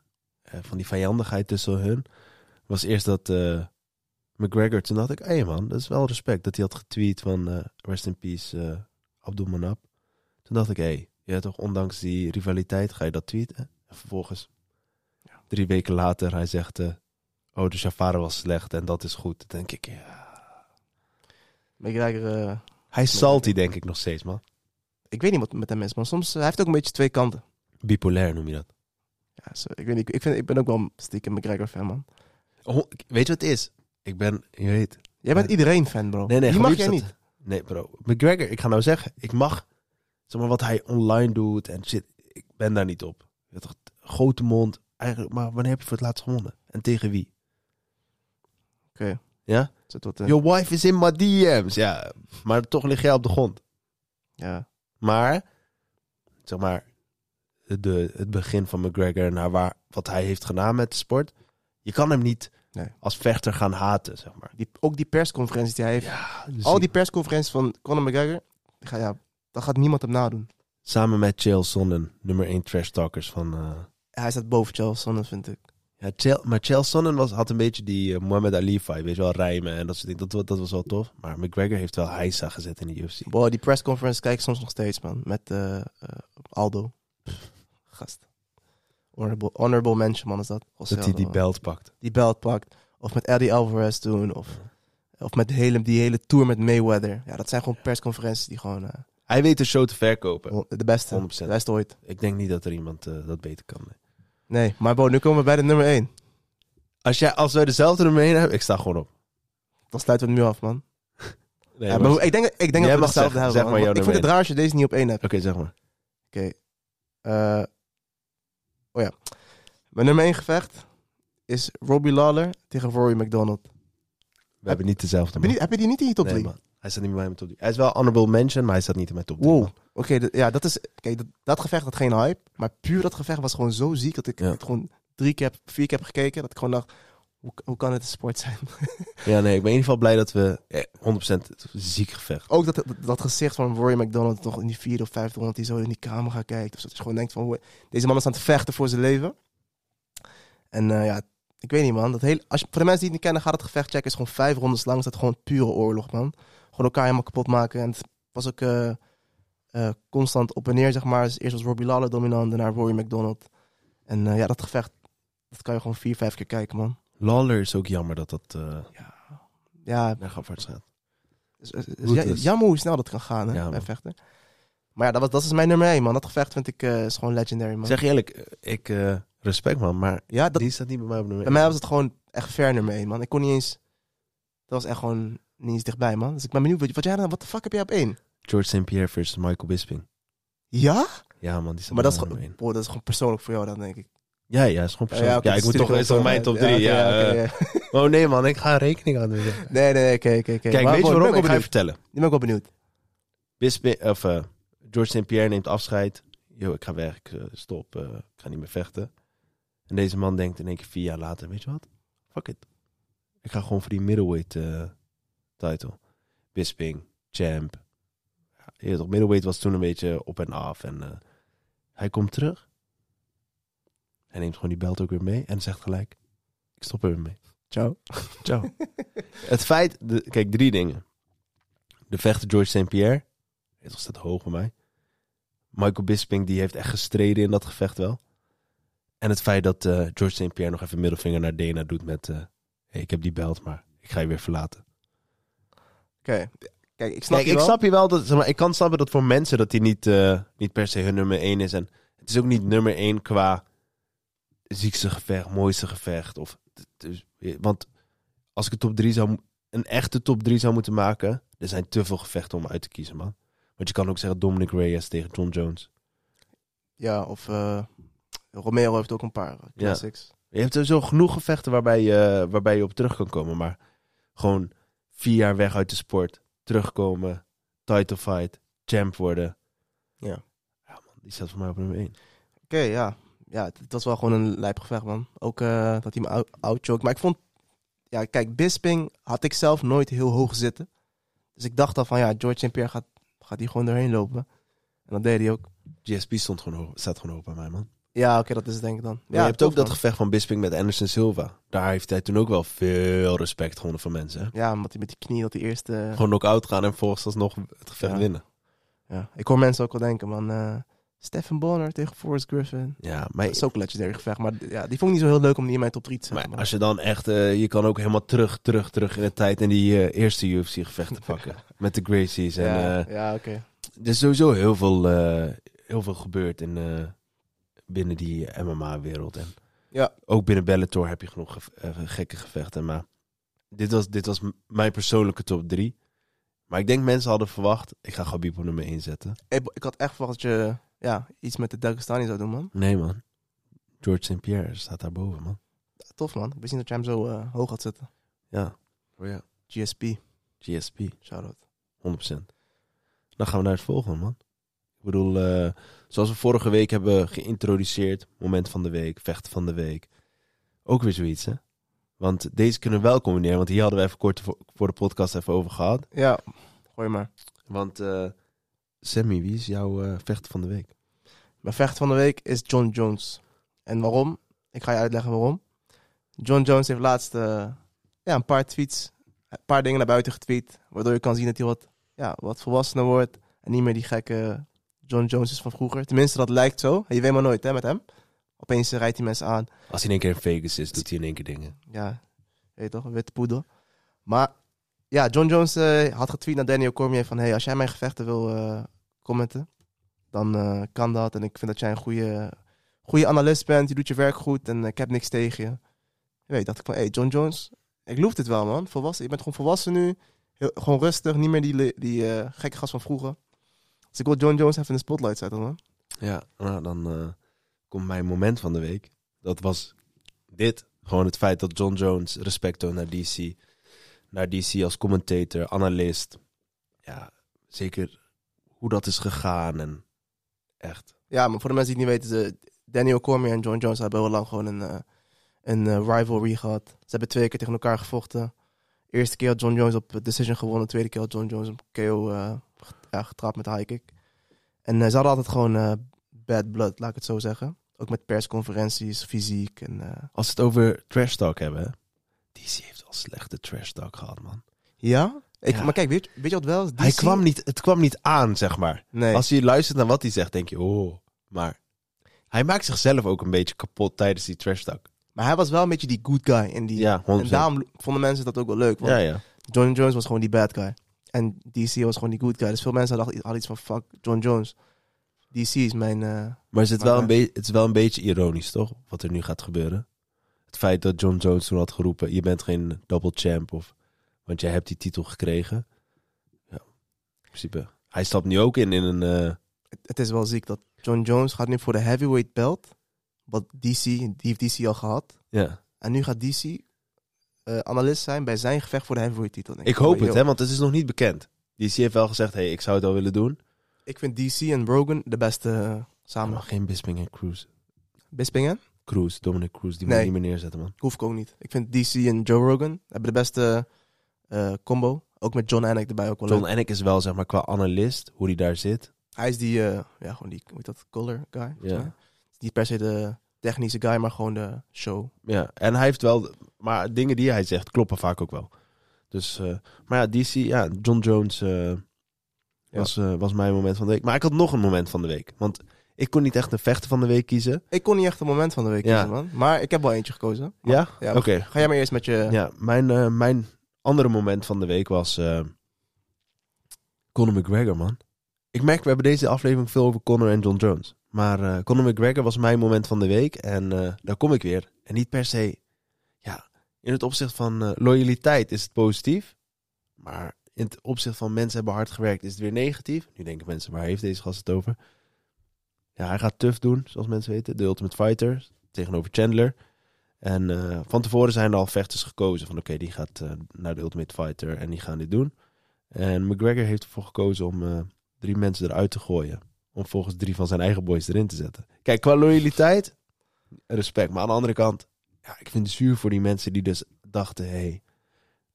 [SPEAKER 1] van die vijandigheid tussen hun was eerst dat eh, McGregor. Toen dacht ik, hé man, dat is wel respect. Dat hij had getweet van eh, rest in peace eh Abdulmanap. Toen dacht ik, hé, hey, ja, toch, ondanks die rivaliteit ga je dat tweeten. En vervolgens, drie weken later, hij zegt, eh, oh, de Jafara was slecht en dat is goed. Dan denk ik, ja.
[SPEAKER 2] McGregor, eh,
[SPEAKER 1] Hij is salty, denk ik nog steeds, man.
[SPEAKER 2] ik weet niet wat met hem is, maar soms eh, hij heeft ook een beetje twee kanten.
[SPEAKER 1] Bipolair noem je dat.
[SPEAKER 2] Ja, zo, ik, weet niet, ik, vind, ik ben ook wel stiekem McGregor-fan, man.
[SPEAKER 1] Oh, weet je wat het is? Ik ben, je weet,
[SPEAKER 2] Jij bent
[SPEAKER 1] Ja.
[SPEAKER 2] iedereen fan, bro.
[SPEAKER 1] Nee, nee,
[SPEAKER 2] Die
[SPEAKER 1] Khabib
[SPEAKER 2] mag jij
[SPEAKER 1] staat-
[SPEAKER 2] niet.
[SPEAKER 1] Nee, bro. McGregor, ik ga nou zeggen, ik mag, zeg maar, wat hij online doet en shit, ik ben daar niet op. Je hebt toch grote mond, eigenlijk, maar wanneer heb je voor het laatst gewonnen? En tegen wie?
[SPEAKER 2] Zo tot, eh,
[SPEAKER 1] Your wife is in my DM's, ja. Maar toch lig jij op de grond.
[SPEAKER 2] ja.
[SPEAKER 1] Maar, zeg maar, de, het begin van McGregor naar waar, wat hij heeft gedaan met de sport, je kan hem niet
[SPEAKER 2] Nee.
[SPEAKER 1] als vechter gaan haten, zeg maar.
[SPEAKER 2] Die, ook die persconferentie die hij heeft.
[SPEAKER 1] Ja,
[SPEAKER 2] Al die persconferenties van Conor McGregor, die ga, ja, daar gaat niemand hem nadoen.
[SPEAKER 1] Samen met Chael Sonnen, nummer 1 trash talkers van... eh,
[SPEAKER 2] Hij staat boven Charles Sonnen, vind ik.
[SPEAKER 1] Ja, Chael- maar Chael Sonnen was, had een beetje die eh, Muhammad Ali vibe, weet je wel, rijmen en dat soort dingen. Dat, wa- dat was wel tof. Maar McGregor heeft wel heisa gezet in de UFC.
[SPEAKER 2] Boah, die pressconference kijk ik soms nog steeds, man. Met eh, eh, Aldo. Gast. Honorable, honorable mention, man, is dat.
[SPEAKER 1] Dat hij die belt pakt.
[SPEAKER 2] die belt pakt. Of met Eddie Alvarez toen. Of, of met de hele, die hele tour met Mayweather. Ja, dat zijn gewoon persconferenties die gewoon eh,
[SPEAKER 1] Hij weet de show te verkopen.
[SPEAKER 2] de beste.
[SPEAKER 1] 100%.
[SPEAKER 2] De beste ooit.
[SPEAKER 1] Ik denk niet dat er iemand eh, dat beter kan. nee.
[SPEAKER 2] Nee, maar Bo, nu komen we bij de nummer 1.
[SPEAKER 1] Als, jij, als wij dezelfde nummer één hebben, ik sta gewoon op.
[SPEAKER 2] Dan sluiten we het nu af, man.
[SPEAKER 1] Nee,
[SPEAKER 2] Ja,
[SPEAKER 1] maar-
[SPEAKER 2] maar
[SPEAKER 1] Oké,
[SPEAKER 2] ik denk, ik denk
[SPEAKER 1] Jij
[SPEAKER 2] dat we
[SPEAKER 1] mag
[SPEAKER 2] dezelfde
[SPEAKER 1] zeggen,
[SPEAKER 2] hebben.
[SPEAKER 1] zeg
[SPEAKER 2] man.
[SPEAKER 1] maar jouw
[SPEAKER 2] ik
[SPEAKER 1] nummer
[SPEAKER 2] vind het
[SPEAKER 1] één.
[SPEAKER 2] raar als je deze niet op één hebt.
[SPEAKER 1] zeg maar.
[SPEAKER 2] Oké. Eh, oh ja. Mijn nummer 1 gevecht is Robbie Lawler tegen Rory McDonald.
[SPEAKER 1] We hebben niet dezelfde
[SPEAKER 2] Heb je,
[SPEAKER 1] man.
[SPEAKER 2] niet- heb je die niet in je top
[SPEAKER 1] Nee,
[SPEAKER 2] 3?
[SPEAKER 1] man. Hij staat niet bij mij in mijn top 3. Hij is wel honorable mention, maar hij staat niet in mijn top 3.
[SPEAKER 2] wow. Oké, dat- ja, dat is. Kijk, dat, dat gevecht had geen hype. Maar puur dat gevecht was gewoon zo ziek dat ik
[SPEAKER 1] Ja.
[SPEAKER 2] het gewoon drie keer, heb- vier keer heb gekeken. Dat ik gewoon dacht: hoe, hoe kan het een sport zijn?
[SPEAKER 1] Ja, nee, ik ben in ieder geval blij dat we eh, 100% ziek gevecht.
[SPEAKER 2] Ook dat, dat, dat gezicht van Rory McDonald nog in die vierde of vijfde ronde, die zo in die camera kijkt. Of zo, dat je gewoon denkt van, hoe- deze man is aan het vechten voor zijn leven. En eh, ja, ik weet niet, man. Dat hele, als je, voor de mensen die het niet kennen, gaat het gevecht checken. is gewoon vijf rondes lang. Is dat gewoon pure oorlog, man. Gewoon elkaar helemaal kapot maken. En het was ook eh, eh, constant op en neer, zeg maar. Dus eerst was Robbie Lawler dominant, daarna Rory McDonald. En eh, ja, dat gevecht, dat kan je gewoon vier, vijf keer kijken, man.
[SPEAKER 1] Lawler is ook jammer dat dat eh
[SPEAKER 2] Ja,
[SPEAKER 1] naar afwaarts gaat.
[SPEAKER 2] is, is- is-
[SPEAKER 1] Ruthless.
[SPEAKER 2] ja, jammer hoe snel dat kan gaan, hè,
[SPEAKER 1] dus. Ja,
[SPEAKER 2] bij
[SPEAKER 1] man.
[SPEAKER 2] vechten. Maar ja, dat, was, dat is mijn nummer één, man. Dat gevecht vind ik eh, is gewoon legendary, man.
[SPEAKER 1] Zeg je eerlijk, eh, ik eh, respect man, maar
[SPEAKER 2] ja, dat,
[SPEAKER 1] die staat niet bij mij op nummer
[SPEAKER 2] bij mij was het gewoon echt ver nummer één, man. Ik kon niet eens... Dat was echt gewoon niet eens dichtbij, man. Dus ik ben benieuwd, wat, wat jij dan... Wat de fuck heb jij op één?
[SPEAKER 1] George St. Pierre versus Michael Bisping.
[SPEAKER 2] Ja?
[SPEAKER 1] Ja man, die staat
[SPEAKER 2] Maar
[SPEAKER 1] bij mij
[SPEAKER 2] dat is,
[SPEAKER 1] op
[SPEAKER 2] gewoon-
[SPEAKER 1] nummer één.
[SPEAKER 2] boah, dat is gewoon persoonlijk voor jou dan, denk ik.
[SPEAKER 1] Ja, ja, is gewoon persoonlijk. Ja,
[SPEAKER 2] oké, dus
[SPEAKER 1] ik moet
[SPEAKER 2] dat
[SPEAKER 1] toch,
[SPEAKER 2] natuurlijk
[SPEAKER 1] is toch
[SPEAKER 2] ook
[SPEAKER 1] mijn
[SPEAKER 2] wel-
[SPEAKER 1] top 3. Ja,
[SPEAKER 2] oké,
[SPEAKER 1] eh.
[SPEAKER 2] oké,
[SPEAKER 1] Oh nee man, ik ga rekening aan doen. Kijk,
[SPEAKER 2] Nee, nee, nee, oké, oké. oké. Maar
[SPEAKER 1] weet je
[SPEAKER 2] boah, nu ben
[SPEAKER 1] waarom?
[SPEAKER 2] Ik
[SPEAKER 1] Ik ga
[SPEAKER 2] ben
[SPEAKER 1] je
[SPEAKER 2] benieuwd.
[SPEAKER 1] vertellen.
[SPEAKER 2] Nu ben ik wel benieuwd.
[SPEAKER 1] Bisping, of, eh, George St. Pierre neemt afscheid. Yo, ik ga weg, ik eh, stop, eh, ik ga niet meer vechten. En deze man denkt in één keer vier jaar later, weet je wat? Fuck it. Ik ga gewoon voor die middleweight eh, title. Bisping, champ. Ja, je weet toch, middleweight was toen een beetje op en af. En eh, hij komt terug. Hij neemt gewoon die belt ook weer mee en zegt gelijk, ik stop er weer mee.
[SPEAKER 2] Ciao.
[SPEAKER 1] Ciao. Het feit, de- kijk, drie dingen. De vechter George St. Pierre, het was dat hoog bij mij. Michael Bisping, die heeft echt gestreden in dat gevecht wel. En het feit dat eh, George St. Pierre nog even middelvinger naar Dana doet met... eh, hey, ik heb die belt, maar ik ga je weer verlaten.
[SPEAKER 2] Oké. Kijk, ik snap
[SPEAKER 1] Kijk,
[SPEAKER 2] je
[SPEAKER 1] ik
[SPEAKER 2] wel.
[SPEAKER 1] snap je wel, dat, zeg maar, ik kan snappen dat voor mensen dat die niet, eh, niet per se hun nummer één is. En het is ook niet nummer één qua ziekste gevecht, mooiste gevecht. Of, het is- want als ik een top 3 zou, mo- een echte top 3 zou moeten maken, er zijn te veel gevechten om uit te kiezen, man. Want je kan ook zeggen Dominic Reyes tegen John Jones.
[SPEAKER 2] Ja, of eh, Romero heeft ook een paar eh, classics.
[SPEAKER 1] Je hebt sowieso genoeg gevechten waarbij je, waarbij je op terug kan komen. Maar gewoon vier jaar weg uit de sport, terugkomen, title fight, champ worden.
[SPEAKER 2] Ja.
[SPEAKER 1] Ja man, die staat voor mij op nummer 1.
[SPEAKER 2] Oké, ja. Ja, het, het was wel gewoon een lijp gevecht, man. Ook eh, dat hij me out- outchoke. Maar ik vond... Ja, kijk, Bisping had ik zelf nooit heel hoog zitten. Dus ik dacht al van, ja, George St. Pierre gaat, gaat hier gewoon doorheen lopen. En dat deed hij ook.
[SPEAKER 1] GSP stond gewoon hoog, staat gewoon hoog bij mij, man.
[SPEAKER 2] Ja, oké, dat is het denk ik dan.
[SPEAKER 1] Maar
[SPEAKER 2] Ja,
[SPEAKER 1] je hebt ook
[SPEAKER 2] tof,
[SPEAKER 1] dat
[SPEAKER 2] man.
[SPEAKER 1] gevecht van Bisping met Anderson Silva. Daar heeft hij toen ook wel veel respect gewonnen van mensen. Hè?
[SPEAKER 2] Ja, omdat hij eh, met die knie, dat die eerste...
[SPEAKER 1] Gewoon knock-out gaan en volgens alsnog het gevecht
[SPEAKER 2] Ja.
[SPEAKER 1] winnen.
[SPEAKER 2] Ja, ik hoor mensen ook al denken, man. eh Stephen Bonner tegen Forrest Griffin.
[SPEAKER 1] Ja,
[SPEAKER 2] Dat
[SPEAKER 1] maar,
[SPEAKER 2] is ook een legendary gevecht. Maar d- ja, die vond ik niet zo heel leuk om die in mijn top 3 te zetten.
[SPEAKER 1] maar
[SPEAKER 2] man.
[SPEAKER 1] als je dan echt... eh, je kan ook helemaal terug, terug, terug in de tijd... en die eh, eerste UFC-gevechten pakken. Met de Gracies. En,
[SPEAKER 2] ja,
[SPEAKER 1] eh,
[SPEAKER 2] ja oké.
[SPEAKER 1] er is sowieso heel veel, eh, heel veel gebeurd in, eh, binnen die MMA-wereld. En
[SPEAKER 2] Ja.
[SPEAKER 1] Ook binnen Bellator heb je genoeg geve- eh, gekke gevechten. Maar dit was, dit was m- mijn persoonlijke top 3. Maar ik denk mensen hadden verwacht, ik ga Gabib op nummer 1 zetten.
[SPEAKER 2] Ik, ik had echt verwacht dat je ja, iets met de Dagestani zou doen, man.
[SPEAKER 1] Nee man, George St. Pierre staat daar boven man.
[SPEAKER 2] Tof, man. Ik wist niet dat jij hem zo eh, hoog had zitten.
[SPEAKER 1] Ja. Oh ja.
[SPEAKER 2] GSP,
[SPEAKER 1] GSP, 100%.
[SPEAKER 2] shout-out.
[SPEAKER 1] Dan gaan we naar het volgende man. Ik bedoel, eh, zoals we vorige week hebben geïntroduceerd, moment van de week, vecht van de week. Ook weer zoiets, hè? Want deze kunnen we wel combineren, want hier hadden we even kort voor- voor de podcast even over gehad.
[SPEAKER 2] Ja, gooi maar.
[SPEAKER 1] Want eh, Sammy, wie is jouw eh, vecht van de week?
[SPEAKER 2] Mijn vecht van de week is John Jones. En waarom? Ik ga je uitleggen waarom. John Jones heeft laatst eh, ja, een paar tweets, een paar dingen naar buiten getweet. Waardoor je kan zien dat hij wat, ja, wat volwassener wordt. En niet meer die gekke John Jones is van vroeger. Tenminste, dat lijkt zo. Je weet maar nooit hè, met hem. Opeens eh, rijdt hij mensen aan.
[SPEAKER 1] Als hij in één keer in Vegas is, doet hij in één keer dingen.
[SPEAKER 2] Ja, weet je toch, witte poedel. Maar ja, John Jones eh, had getweet naar Daniel Cormier van... hey, als jij mijn gevechten wil eh, commenten, dan eh, kan dat. En ik vind dat jij een goede, goede analist bent. Je doet je werk goed en eh, ik heb niks tegen je. Je weet, dacht ik van, hey, John Jones, ik loof dit wel, man. Volwassen, je bent gewoon volwassen nu. Heel- gewoon rustig, niet meer die, le- die eh, gekke gast van vroeger. Dus ik wil John Jones even in de spotlight zetten, man.
[SPEAKER 1] Ja, nou, dan eh, komt mijn moment van de week. Dat was dit. Gewoon het feit dat John Jones respect toont naar DC. Naar DC als commentator, analist. Ja, zeker hoe dat is gegaan en echt.
[SPEAKER 2] Ja, maar voor de mensen die het niet weten, ze- Daniel Cormier en John Jones hebben heel lang gewoon een, eh, een eh, rivalry gehad. Ze hebben twee keer tegen elkaar gevochten. eerste keer had John Jones op decision gewonnen, tweede keer had John Jones op KO eh, get- ja, getrapt met high kick. En eh, ze hadden altijd gewoon eh, bad blood, laat ik het zo zeggen. Ook met persconferenties, fysiek. En, eh,
[SPEAKER 1] Als we het over trash talk hebben. hè. DC heeft al slechte trash talk gehad, man.
[SPEAKER 2] ja? Ik,
[SPEAKER 1] Ja.
[SPEAKER 2] Maar kijk, weet, weet je wat wel?
[SPEAKER 1] Hij
[SPEAKER 2] DC
[SPEAKER 1] kwam niet, het kwam niet aan, zeg maar.
[SPEAKER 2] Nee.
[SPEAKER 1] Als je luistert naar wat hij zegt, denk je, oh. Maar hij maakt zichzelf ook een beetje kapot tijdens die trash talk.
[SPEAKER 2] Maar hij was wel een beetje die good guy. En, die,
[SPEAKER 1] Ja, 100%.
[SPEAKER 2] en daarom vonden mensen dat ook wel leuk. Want
[SPEAKER 1] ja, ja.
[SPEAKER 2] John Jones was gewoon die bad guy. En DC was gewoon die good guy. Dus veel mensen hadden, hadden iets van, fuck, John Jones. DC is mijn... eh,
[SPEAKER 1] Maar is het, wel
[SPEAKER 2] Maar-
[SPEAKER 1] een beetje, het is wel een beetje ironisch, toch? Wat er nu gaat gebeuren. Het feit dat John Jones toen had geroepen... je bent geen double champ, of, want jij hebt die titel gekregen. Ja, in principe. Hij stapt nu ook in in een... eh,
[SPEAKER 2] het, het is wel ziek dat John Jones gaat nu voor de heavyweight belt. Wat DC, die heeft DC al gehad.
[SPEAKER 1] ja.
[SPEAKER 2] En nu gaat DC eh, analist zijn bij zijn gevecht voor de heavyweight titel. denk
[SPEAKER 1] Ik hoop het,
[SPEAKER 2] Maar yo,
[SPEAKER 1] hè, want het is nog niet bekend. DC heeft wel gezegd, hey, ik zou het wel willen doen.
[SPEAKER 2] Ik vind DC en Rogan de beste eh,
[SPEAKER 1] Maar
[SPEAKER 2] samen.
[SPEAKER 1] geen Bisping en Cruz.
[SPEAKER 2] Bispingen?
[SPEAKER 1] Cruz, Dominic Cruz, die moet
[SPEAKER 2] Nee.
[SPEAKER 1] je niet meer neerzetten, man.
[SPEAKER 2] Hoef ik ook niet. Ik vind DC en Joe Rogan hebben de beste eh, combo. Ook met John Anik erbij ook wel leuk.
[SPEAKER 1] John Anik is wel, zeg maar, qua analist, hoe die daar zit.
[SPEAKER 2] Hij is die, eh, ja, gewoon die, hoe heet dat, color guy. volgens
[SPEAKER 1] Ja.
[SPEAKER 2] mij. Niet per se de technische guy, maar gewoon de show.
[SPEAKER 1] Ja, en hij heeft wel... Maar dingen die hij zegt kloppen vaak ook wel. Dus, eh, maar ja, DC, ja, John Jones eh, was, eh, was mijn moment van de week. Maar ik had nog een moment van de week. Want ik kon niet echt een vechter van de week kiezen.
[SPEAKER 2] Ik kon niet echt een moment van de week
[SPEAKER 1] Ja.
[SPEAKER 2] kiezen, man. Maar ik heb wel eentje gekozen.
[SPEAKER 1] Ja?
[SPEAKER 2] Ja,
[SPEAKER 1] Oké.
[SPEAKER 2] maar Ga jij maar eerst met je...
[SPEAKER 1] Ja, mijn, eh, mijn andere moment van de week was eh, Conor McGregor, man. Ik merk, we hebben deze aflevering veel over Conor en John Jones. Maar eh, Conor McGregor was mijn moment van de week en eh, daar kom ik weer. En niet per se, ja, in het opzicht van eh, loyaliteit is het positief. Maar in het opzicht van mensen hebben hard gewerkt is het weer negatief. Nu denken mensen, waar heeft deze gast het over? Ja, hij gaat tough doen, zoals mensen weten. De Ultimate Fighter tegenover Chandler. En eh, van tevoren zijn er al vechters gekozen van oké, die gaat eh, naar de Ultimate Fighter en die gaan dit doen. En McGregor heeft ervoor gekozen om eh, drie mensen eruit te gooien. Om volgens drie van zijn eigen boys erin te zetten. Kijk, qua loyaliteit, respect. Maar aan de andere kant, ja, ik vind het zuur voor die mensen die dus dachten, hé, hey,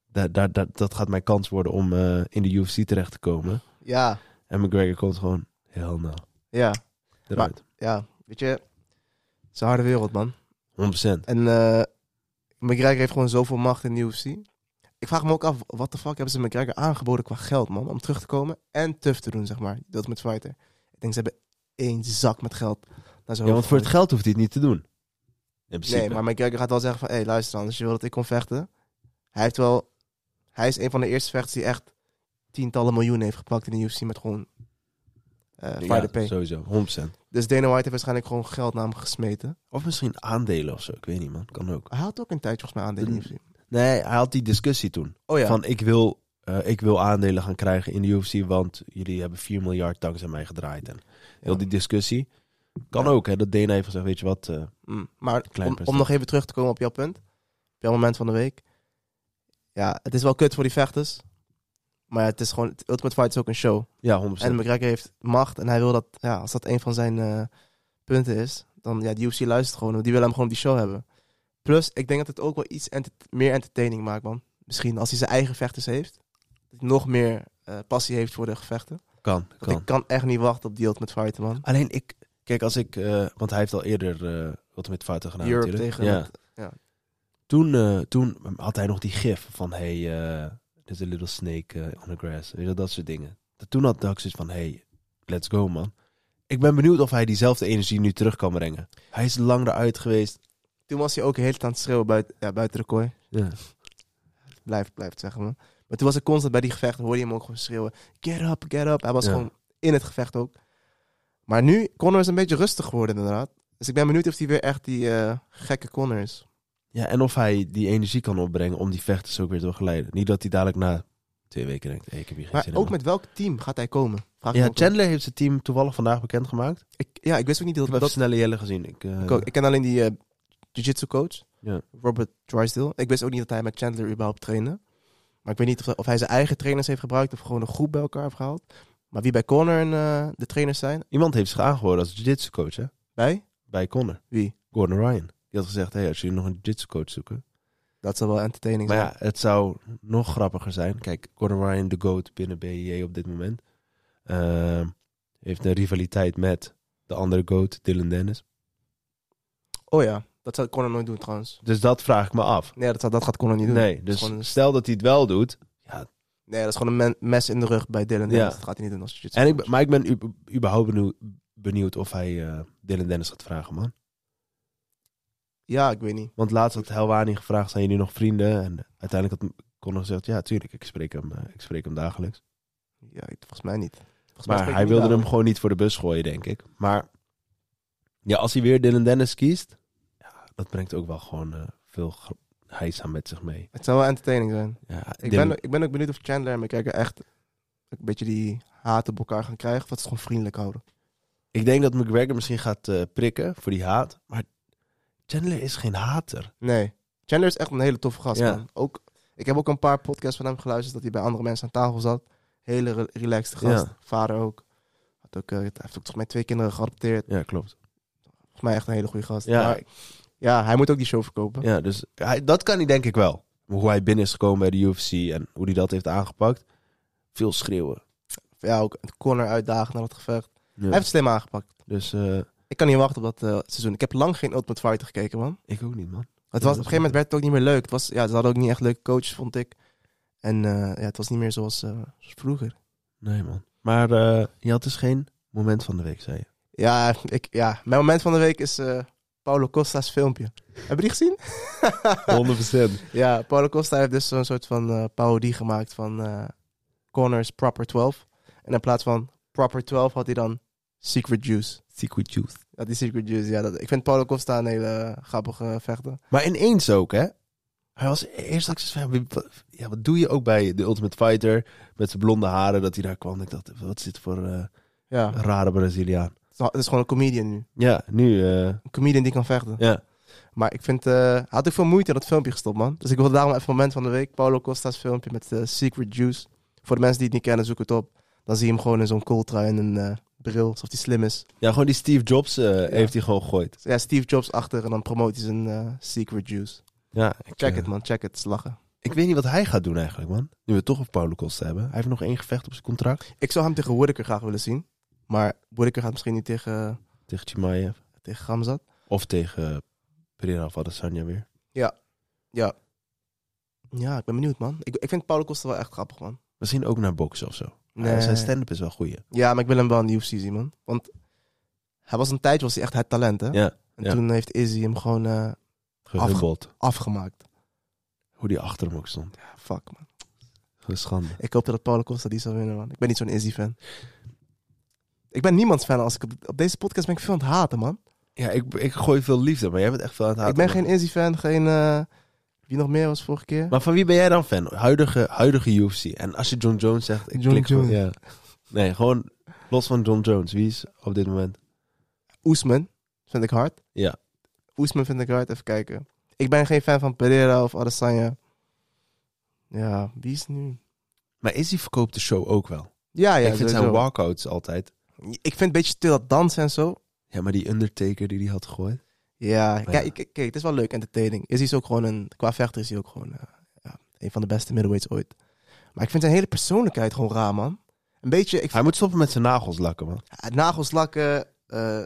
[SPEAKER 1] dat, dat, dat, dat gaat mijn kans worden om eh, in de UFC terecht te komen.
[SPEAKER 2] Ja,
[SPEAKER 1] En McGregor komt gewoon heel nou
[SPEAKER 2] ja,
[SPEAKER 1] eruit.
[SPEAKER 2] ja. Weet je, het is een harde wereld, man.
[SPEAKER 1] 100%.
[SPEAKER 2] En eh McGregor heeft gewoon zoveel macht in de UFC. Ik vraag me ook af, wat de fuck hebben ze McGregor aangeboden qua geld, man? Om terug te komen en tuf te doen, zeg maar. Dat met fighter. Ik denk, ze hebben één zak met geld. naar zijn
[SPEAKER 1] Ja, want
[SPEAKER 2] hoofd
[SPEAKER 1] voor het
[SPEAKER 2] gegooid.
[SPEAKER 1] geld hoeft hij het niet te doen. In principe.
[SPEAKER 2] Nee, maar McGregor gaat wel zeggen van... Hé, hey, luister anders, je wil dat ik kon vechten. Hij heeft wel... Hij is een van de eerste vechters die echt tientallen miljoenen heeft gepakt in de UFC met gewoon... eh
[SPEAKER 1] ja,
[SPEAKER 2] fighter pay.
[SPEAKER 1] sowieso, 100%.
[SPEAKER 2] Dus Dana White heeft waarschijnlijk gewoon geld naar hem gesmeten.
[SPEAKER 1] Of misschien aandelen of zo, ik weet niet man, kan ook.
[SPEAKER 2] Hij had ook een tijdje volgens mij aandelen in de UFC.
[SPEAKER 1] Nee, hij had die discussie toen.
[SPEAKER 2] Oh ja.
[SPEAKER 1] Van ik wil, eh, ik wil aandelen gaan krijgen in de UFC, want jullie hebben 4 miljard dankzij mij gedraaid. En heel
[SPEAKER 2] Ja.
[SPEAKER 1] die discussie. Kan
[SPEAKER 2] Ja.
[SPEAKER 1] ook hè, dat Dana heeft gezegd, weet je wat, eh,
[SPEAKER 2] Mm, maar
[SPEAKER 1] Klein
[SPEAKER 2] om, om
[SPEAKER 1] percentage.
[SPEAKER 2] nog even terug te komen op jouw punt. Op jouw moment van de week. Ja, het is wel kut voor die vechters. Maar het is gewoon... het Ultimate Fight is ook een show.
[SPEAKER 1] ja 100%.
[SPEAKER 2] En McGregor heeft macht. En hij wil dat... Ja, als dat een van zijn eh, punten is... Dan ja, die UFC luistert gewoon. want Die willen hem gewoon op die show hebben. Plus, ik denk dat het ook wel iets enter- meer entertaining maakt, man. Misschien als hij zijn eigen vechters heeft. Dat hij nog meer eh, passie heeft voor de gevechten.
[SPEAKER 1] kan,
[SPEAKER 2] Want
[SPEAKER 1] kan.
[SPEAKER 2] ik kan echt niet wachten op die Ultimate Fight, man.
[SPEAKER 1] Alleen ik, kijk als ik, eh, want hij heeft al eerder eh Ultimate Fighter gedaan
[SPEAKER 2] Europe
[SPEAKER 1] natuurlijk.
[SPEAKER 2] tegen...
[SPEAKER 1] Ja.
[SPEAKER 2] dat-
[SPEAKER 1] Toen, eh, toen had hij nog die gif van hey, eh, there's a little snake eh, on the grass. Weet je, dat soort dingen. Dat- Toen had Dax zoiets van hey, let's go man. Ik ben benieuwd of hij diezelfde energie nu terug kan brengen. Hij is lang eruit geweest.
[SPEAKER 2] Toen was hij ook heel aan het schreeuwen buiten, ja, buiten de kooi.
[SPEAKER 1] Ja.
[SPEAKER 2] Blijf, blijf het zeggen, man. Maar toen was ik constant bij die gevechten, hoorde je hem ook gewoon schreeuwen. Get up, get up. Hij was
[SPEAKER 1] Ja.
[SPEAKER 2] gewoon in het gevecht ook. Maar nu, Connor is een beetje rustig geworden inderdaad. Dus ik ben benieuwd of hij weer echt die eh, gekke Connor is.
[SPEAKER 1] ja, en of hij die energie kan opbrengen om die vechters ook weer te begeleiden. Niet dat hij dadelijk na twee weken denkt, hey, ik heb hier geen
[SPEAKER 2] Maar
[SPEAKER 1] zin in,
[SPEAKER 2] ook
[SPEAKER 1] man.
[SPEAKER 2] met welk team gaat hij komen? Vraag ik
[SPEAKER 1] Ja,
[SPEAKER 2] me ook af.
[SPEAKER 1] Chandler heeft zijn team toevallig vandaag bekendgemaakt. Ik
[SPEAKER 2] ik, ja, ik wist ook niet dat
[SPEAKER 1] heb even
[SPEAKER 2] dat...
[SPEAKER 1] snelle Jelle gezien. Ik, eh,
[SPEAKER 2] Ik, ook- ik ken alleen die eh, jiu-jitsu coach,
[SPEAKER 1] Ja.
[SPEAKER 2] Robert Drysdale. Ik wist ook niet dat hij met Chandler überhaupt trainde. Maar ik weet niet of, of hij zijn eigen trainers heeft gebruikt of gewoon een groep bij elkaar heeft gehaald. Maar wie bij Connor en, eh, de trainers zijn,
[SPEAKER 1] Iemand heeft zich aangeboden als jiu-jitsu coach, hè?
[SPEAKER 2] bij,
[SPEAKER 1] bij Connor.
[SPEAKER 2] Wie?
[SPEAKER 1] Gordon Ryan. Die had gezegd, hey, als jullie nog een jiu-jitsu coach zoeken.
[SPEAKER 2] dat zal wel entertaining
[SPEAKER 1] Maar
[SPEAKER 2] zijn.
[SPEAKER 1] ja, het zou nog grappiger zijn. Kijk, Gordon Ryan, de GOAT binnen BJJ op dit moment. Ehm, heeft een rivaliteit met de andere GOAT, Dylan Dennis.
[SPEAKER 2] Oh ja, dat zou Conor nooit doen trouwens.
[SPEAKER 1] Dus dat vraag ik me af.
[SPEAKER 2] Nee, dat, zou- dat gaat Conor niet doen.
[SPEAKER 1] Nee,
[SPEAKER 2] Dat is
[SPEAKER 1] dus
[SPEAKER 2] gewoon een-
[SPEAKER 1] stel dat hij het wel doet.
[SPEAKER 2] nee, dat is gewoon een men- mes in de rug bij Dylan.
[SPEAKER 1] Ja.
[SPEAKER 2] Dennis. Dat gaat hij niet doen als jiu-jitsu
[SPEAKER 1] En ik,
[SPEAKER 2] coach.
[SPEAKER 1] ben- maar ik ben u- überhaupt benieu- benieuwd of hij eh, Dylan Dennis gaat vragen, man.
[SPEAKER 2] Ja, ik weet niet.
[SPEAKER 1] Want laatst had Helwani gevraagd, zijn jullie nog vrienden? En uiteindelijk had Conor gezegd, ja, tuurlijk, ik spreek hem, eh, ik spreek hem dagelijks.
[SPEAKER 2] Ja, ik- volgens mij niet. Volgens mij
[SPEAKER 1] Maar
[SPEAKER 2] spreekt
[SPEAKER 1] hij
[SPEAKER 2] niet
[SPEAKER 1] wilde hem
[SPEAKER 2] daarover.
[SPEAKER 1] gewoon niet voor de bus gooien, denk ik. Maar ja, als hij weer Dylan Dennis kiest, ja, dat brengt ook wel gewoon eh, veel gro- heisa met zich mee.
[SPEAKER 2] Het zou wel entertaining zijn.
[SPEAKER 1] Ja,
[SPEAKER 2] Ik
[SPEAKER 1] Dylan-
[SPEAKER 2] ben, ik ben ook benieuwd of Chandler en McGregor echt een beetje die haat op elkaar gaan krijgen. Of dat ze het gewoon vriendelijk houden.
[SPEAKER 1] ik denk dat McGregor misschien gaat eh, prikken voor die haat. Maar Chandler is geen hater.
[SPEAKER 2] Nee. Chandler is echt een hele toffe gast,
[SPEAKER 1] Ja.
[SPEAKER 2] man. Ook, ik heb ook een paar podcasts van hem geluisterd dat hij bij andere mensen aan tafel zat. Hele re- relaxed gast.
[SPEAKER 1] Ja.
[SPEAKER 2] Vader ook. Had ook eh, hij heeft ook toch mijn twee kinderen geadopteerd.
[SPEAKER 1] Ja, klopt.
[SPEAKER 2] Volgens mij echt een hele goede gast.
[SPEAKER 1] Ja,
[SPEAKER 2] Maar, ja hij moet ook die show verkopen.
[SPEAKER 1] ja dus hij, dat kan hij denk ik wel. Hoe hij binnen is gekomen bij de UFC en hoe hij dat heeft aangepakt. Veel schreeuwen.
[SPEAKER 2] Ja, ook Connor uitdagen naar dat gevecht.
[SPEAKER 1] Ja.
[SPEAKER 2] Hij heeft het slim aangepakt.
[SPEAKER 1] Dus eh,
[SPEAKER 2] Ik kan niet wachten op dat eh, seizoen. Ik heb lang geen Ultimate Fighter gekeken, man.
[SPEAKER 1] ik ook niet, man.
[SPEAKER 2] Het
[SPEAKER 1] Ja, dat
[SPEAKER 2] was, op een
[SPEAKER 1] is
[SPEAKER 2] gegeven moment werd het ook niet meer leuk. Het was, ja, ze hadden ook niet echt leuke coaches, vond ik. En eh, ja, het was niet meer zoals eh, zoals vroeger.
[SPEAKER 1] Nee, man. Maar eh, je had dus geen moment van de week, zei je.
[SPEAKER 2] Ja, ik, ja, mijn moment van de week is eh Paulo Costa's filmpje. Heb je die gezien?
[SPEAKER 1] 100%.
[SPEAKER 2] ja, Paulo Costa heeft dus zo'n soort van eh, parodie gemaakt van eh Connor's Proper 12. En in plaats van Proper 12 had hij dan Secret Juice.
[SPEAKER 1] Secret Juice.
[SPEAKER 2] Dat die Secret Juice, ja. Dat, ik vind Paulo Costa een hele eh, grappige vechter.
[SPEAKER 1] Maar ineens ook, hè? Hij was eerst dat ik zoiets van, ja, wie- wat- ja, wat doe je ook bij The Ultimate Fighter? Met zijn blonde haren, dat hij daar kwam. Ik dacht, wat is dit voor eh,
[SPEAKER 2] Ja,
[SPEAKER 1] rare Braziliaan?
[SPEAKER 2] het is gewoon een comedian nu.
[SPEAKER 1] Ja, nu, eh,
[SPEAKER 2] Een comedian die kan vechten.
[SPEAKER 1] ja.
[SPEAKER 2] Maar ik vind, eh, hij had ook veel moeite in dat filmpje gestopt, man. Dus ik wilde daarom even een moment van de week. Paulo Costa's filmpje met eh, Secret Juice. Voor de mensen die het niet kennen, zoek het op. Dan zie je hem gewoon in zo'n kooltrui en een eh, bril, alsof hij slim is.
[SPEAKER 1] Ja, gewoon die Steve Jobs eh, heeft hij gewoon gegooid.
[SPEAKER 2] Dus ja, Steve Jobs achter en dan promoot hij zijn eh, Secret Juice.
[SPEAKER 1] Ja, ik,
[SPEAKER 2] Check
[SPEAKER 1] eh,
[SPEAKER 2] het, man. Check het. Het is lachen.
[SPEAKER 1] Ik weet niet wat hij gaat doen eigenlijk, man. Nu we toch op Paulo Costa hebben. Hij heeft nog één gevecht op zijn contract.
[SPEAKER 2] Ik zou hem tegen Whittaker graag willen zien. Maar Whittaker gaat misschien niet tegen,
[SPEAKER 1] Tegen Chimaev.
[SPEAKER 2] tegen Gamzat.
[SPEAKER 1] Of tegen eh, Pereira of Adesanya weer.
[SPEAKER 2] Ja, ik ben benieuwd, man. Ik, ik vind Paulo Costa wel echt grappig, man.
[SPEAKER 1] Misschien ook naar boksen of zo.
[SPEAKER 2] Nee.
[SPEAKER 1] Zijn stand-up is wel goeie.
[SPEAKER 2] Ja, maar ik wil hem wel in de UFC zien, man. Want hij was een tijdje was hij echt het talent, hè?
[SPEAKER 1] Ja,
[SPEAKER 2] en toen heeft Izzy hem gewoon... eh,
[SPEAKER 1] gehubbeld.
[SPEAKER 2] afgemaakt.
[SPEAKER 1] Hoe die achter hem ook stond.
[SPEAKER 2] Ja, fuck man.
[SPEAKER 1] Een schande.
[SPEAKER 2] Ik hoop dat Paulo Costa die zal winnen, man. Ik ben niet zo'n Izzy-fan. Ik ben niemands fan. Als ik op, op deze podcast ben ik veel aan het haten, man.
[SPEAKER 1] Ja, ik, ik gooi veel liefde, maar jij bent echt veel aan het haten.
[SPEAKER 2] ik ben geen Izzy-fan, geen... eh, wie nog meer was vorige keer?
[SPEAKER 1] Maar van wie ben jij dan fan? Huidige, huidige UFC. En als je John Jones zegt, ik
[SPEAKER 2] John
[SPEAKER 1] klik gewoon-
[SPEAKER 2] Jones.
[SPEAKER 1] ja. Nee, gewoon los van John Jones. Wie is op dit moment?
[SPEAKER 2] Oesman vind ik hard.
[SPEAKER 1] Ja.
[SPEAKER 2] Oesman vind ik hard. Even kijken. Ik ben geen fan van Pereira of Adesanya. Ja, wie is nu?
[SPEAKER 1] Maar is die verkoopt de show ook wel?
[SPEAKER 2] Ja, ja,
[SPEAKER 1] ik vind zijn
[SPEAKER 2] sowieso.
[SPEAKER 1] walkouts altijd.
[SPEAKER 2] Ik vind een beetje stil dat dansen en zo.
[SPEAKER 1] Ja, maar die Undertaker die die had gegooid.
[SPEAKER 2] Ja,
[SPEAKER 1] ja.
[SPEAKER 2] kijk, kijk, kijk, het is wel leuk, entertaining. Is hij ook gewoon een, qua vechter is hij ook gewoon eh, ja, een van de beste middleweights ooit. Maar ik vind zijn hele persoonlijkheid gewoon raar, man. Een beetje, ik
[SPEAKER 1] Hij moet stoppen met zijn nagels lakken, man.
[SPEAKER 2] vind- nagels lakken, eh,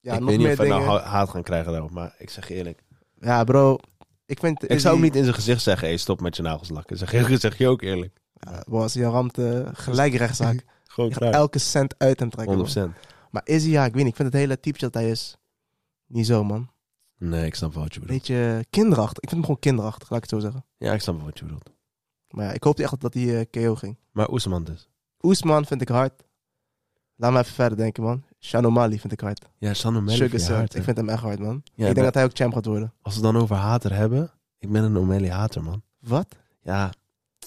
[SPEAKER 2] ja,
[SPEAKER 1] ik
[SPEAKER 2] nog
[SPEAKER 1] weet niet
[SPEAKER 2] meer
[SPEAKER 1] of hij
[SPEAKER 2] dingen.
[SPEAKER 1] nou ha- haat gaan krijgen daarop, maar ik zeg je eerlijk.
[SPEAKER 2] Ja, bro, ik vind...
[SPEAKER 1] Ik zou hem niet in zijn gezicht zeggen, hey, stop met je nagels lakken. Zeg, je- zeg je ook eerlijk.
[SPEAKER 2] Ja, bro, als hij jou ramt, eh, gelijk rechtszaak.
[SPEAKER 1] Gewoon
[SPEAKER 2] Ik ga
[SPEAKER 1] klaar.
[SPEAKER 2] elke cent uit hem trekken, man.
[SPEAKER 1] 100%.
[SPEAKER 2] Maar Izzy, ja, ik weet niet, ik vind het hele type dat hij is niet zo, man.
[SPEAKER 1] Nee, ik snap wel wat je bedoelt.
[SPEAKER 2] Beetje kinderachtig. Ik vind hem gewoon kinderachtig, laat ik het zo zeggen.
[SPEAKER 1] Ja, ik snap wel wat je bedoelt.
[SPEAKER 2] Maar ja, ik hoopte echt dat hij eh, KO ging.
[SPEAKER 1] Maar Oesman dus.
[SPEAKER 2] Oesman vind ik hard. Laat me even verder denken, man. Shanomali vind ik hard.
[SPEAKER 1] Ja, Sander Melly
[SPEAKER 2] Sugar
[SPEAKER 1] vind je
[SPEAKER 2] Sir,
[SPEAKER 1] hard, hè?
[SPEAKER 2] ik vind hem echt hard, man.
[SPEAKER 1] Ja,
[SPEAKER 2] ik
[SPEAKER 1] maar-
[SPEAKER 2] denk dat hij ook champ gaat worden.
[SPEAKER 1] Als we het dan over hater hebben. Ik ben een O'Malley hater, man.
[SPEAKER 2] Wat?
[SPEAKER 1] Ja,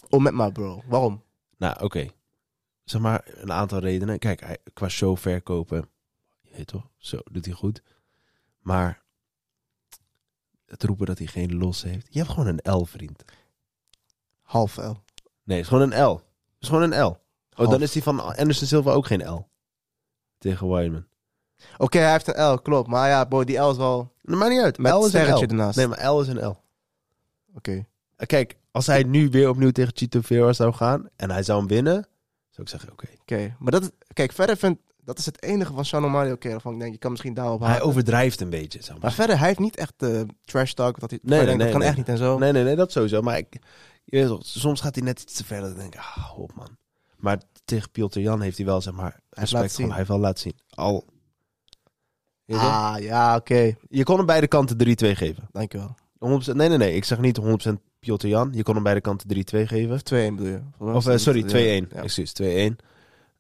[SPEAKER 2] Oh, met maar, bro. Waarom?
[SPEAKER 1] nou oké. Zeg maar een aantal redenen. Kijk, hij, qua show verkopen. Je weet toch? Zo doet hij goed. Maar het roepen dat hij geen los heeft. Je hebt gewoon een L, vriend.
[SPEAKER 2] Half L.
[SPEAKER 1] Nee, het is gewoon een L. Het is gewoon een L. Oh,
[SPEAKER 2] Half.
[SPEAKER 1] dan is die van Anderson Silva ook geen L. Tegen Wyman.
[SPEAKER 2] Oké, hij heeft een L, klopt. Maar ja, bro, die L is wel
[SPEAKER 1] Dat maakt niet uit.
[SPEAKER 2] met
[SPEAKER 1] L
[SPEAKER 2] een
[SPEAKER 1] is een L.
[SPEAKER 2] sterretje ernaast.
[SPEAKER 1] Nee, maar L is een L. Eh,
[SPEAKER 2] Oké.
[SPEAKER 1] Kijk, als hij nu weer opnieuw tegen Chito Vera zou gaan en hij zou hem winnen, zou ik zeggen, oké.
[SPEAKER 2] Oké, maar dat... Kijk, verder vind... Dat is het enige van Sean O'Malley oké. waarvan ik denk, je kan misschien daarop
[SPEAKER 1] Hij
[SPEAKER 2] haken.
[SPEAKER 1] overdrijft een beetje, zeg maar.
[SPEAKER 2] Maar verder, hij heeft niet echt eh, trash talk. Dat, hij,
[SPEAKER 1] Nee,
[SPEAKER 2] nee,
[SPEAKER 1] nee,
[SPEAKER 2] dat kan
[SPEAKER 1] nee,
[SPEAKER 2] echt niet en zo.
[SPEAKER 1] Nee, nee, nee, dat sowieso. Maar ik, je weet toch, soms gaat hij net iets te ver dat ik denk, ah, hou op man. Maar tegen Piotr Jan heeft hij wel, zeg maar, respect van,
[SPEAKER 2] laten zien.
[SPEAKER 1] hij heeft wel laten zien. Al. Je, weet toch?
[SPEAKER 2] ah, ja, oké.
[SPEAKER 1] je kon hem beide kanten 3-2 geven.
[SPEAKER 2] Dankjewel.
[SPEAKER 1] 100%, nee, nee, nee, ik zeg niet 100% Piotr Jan. Je kon hem beide kanten 3-2 geven.
[SPEAKER 2] 2-1 bedoel je?
[SPEAKER 1] Of eh, sorry, 2-1.
[SPEAKER 2] Ja.
[SPEAKER 1] Excuus, 2-1.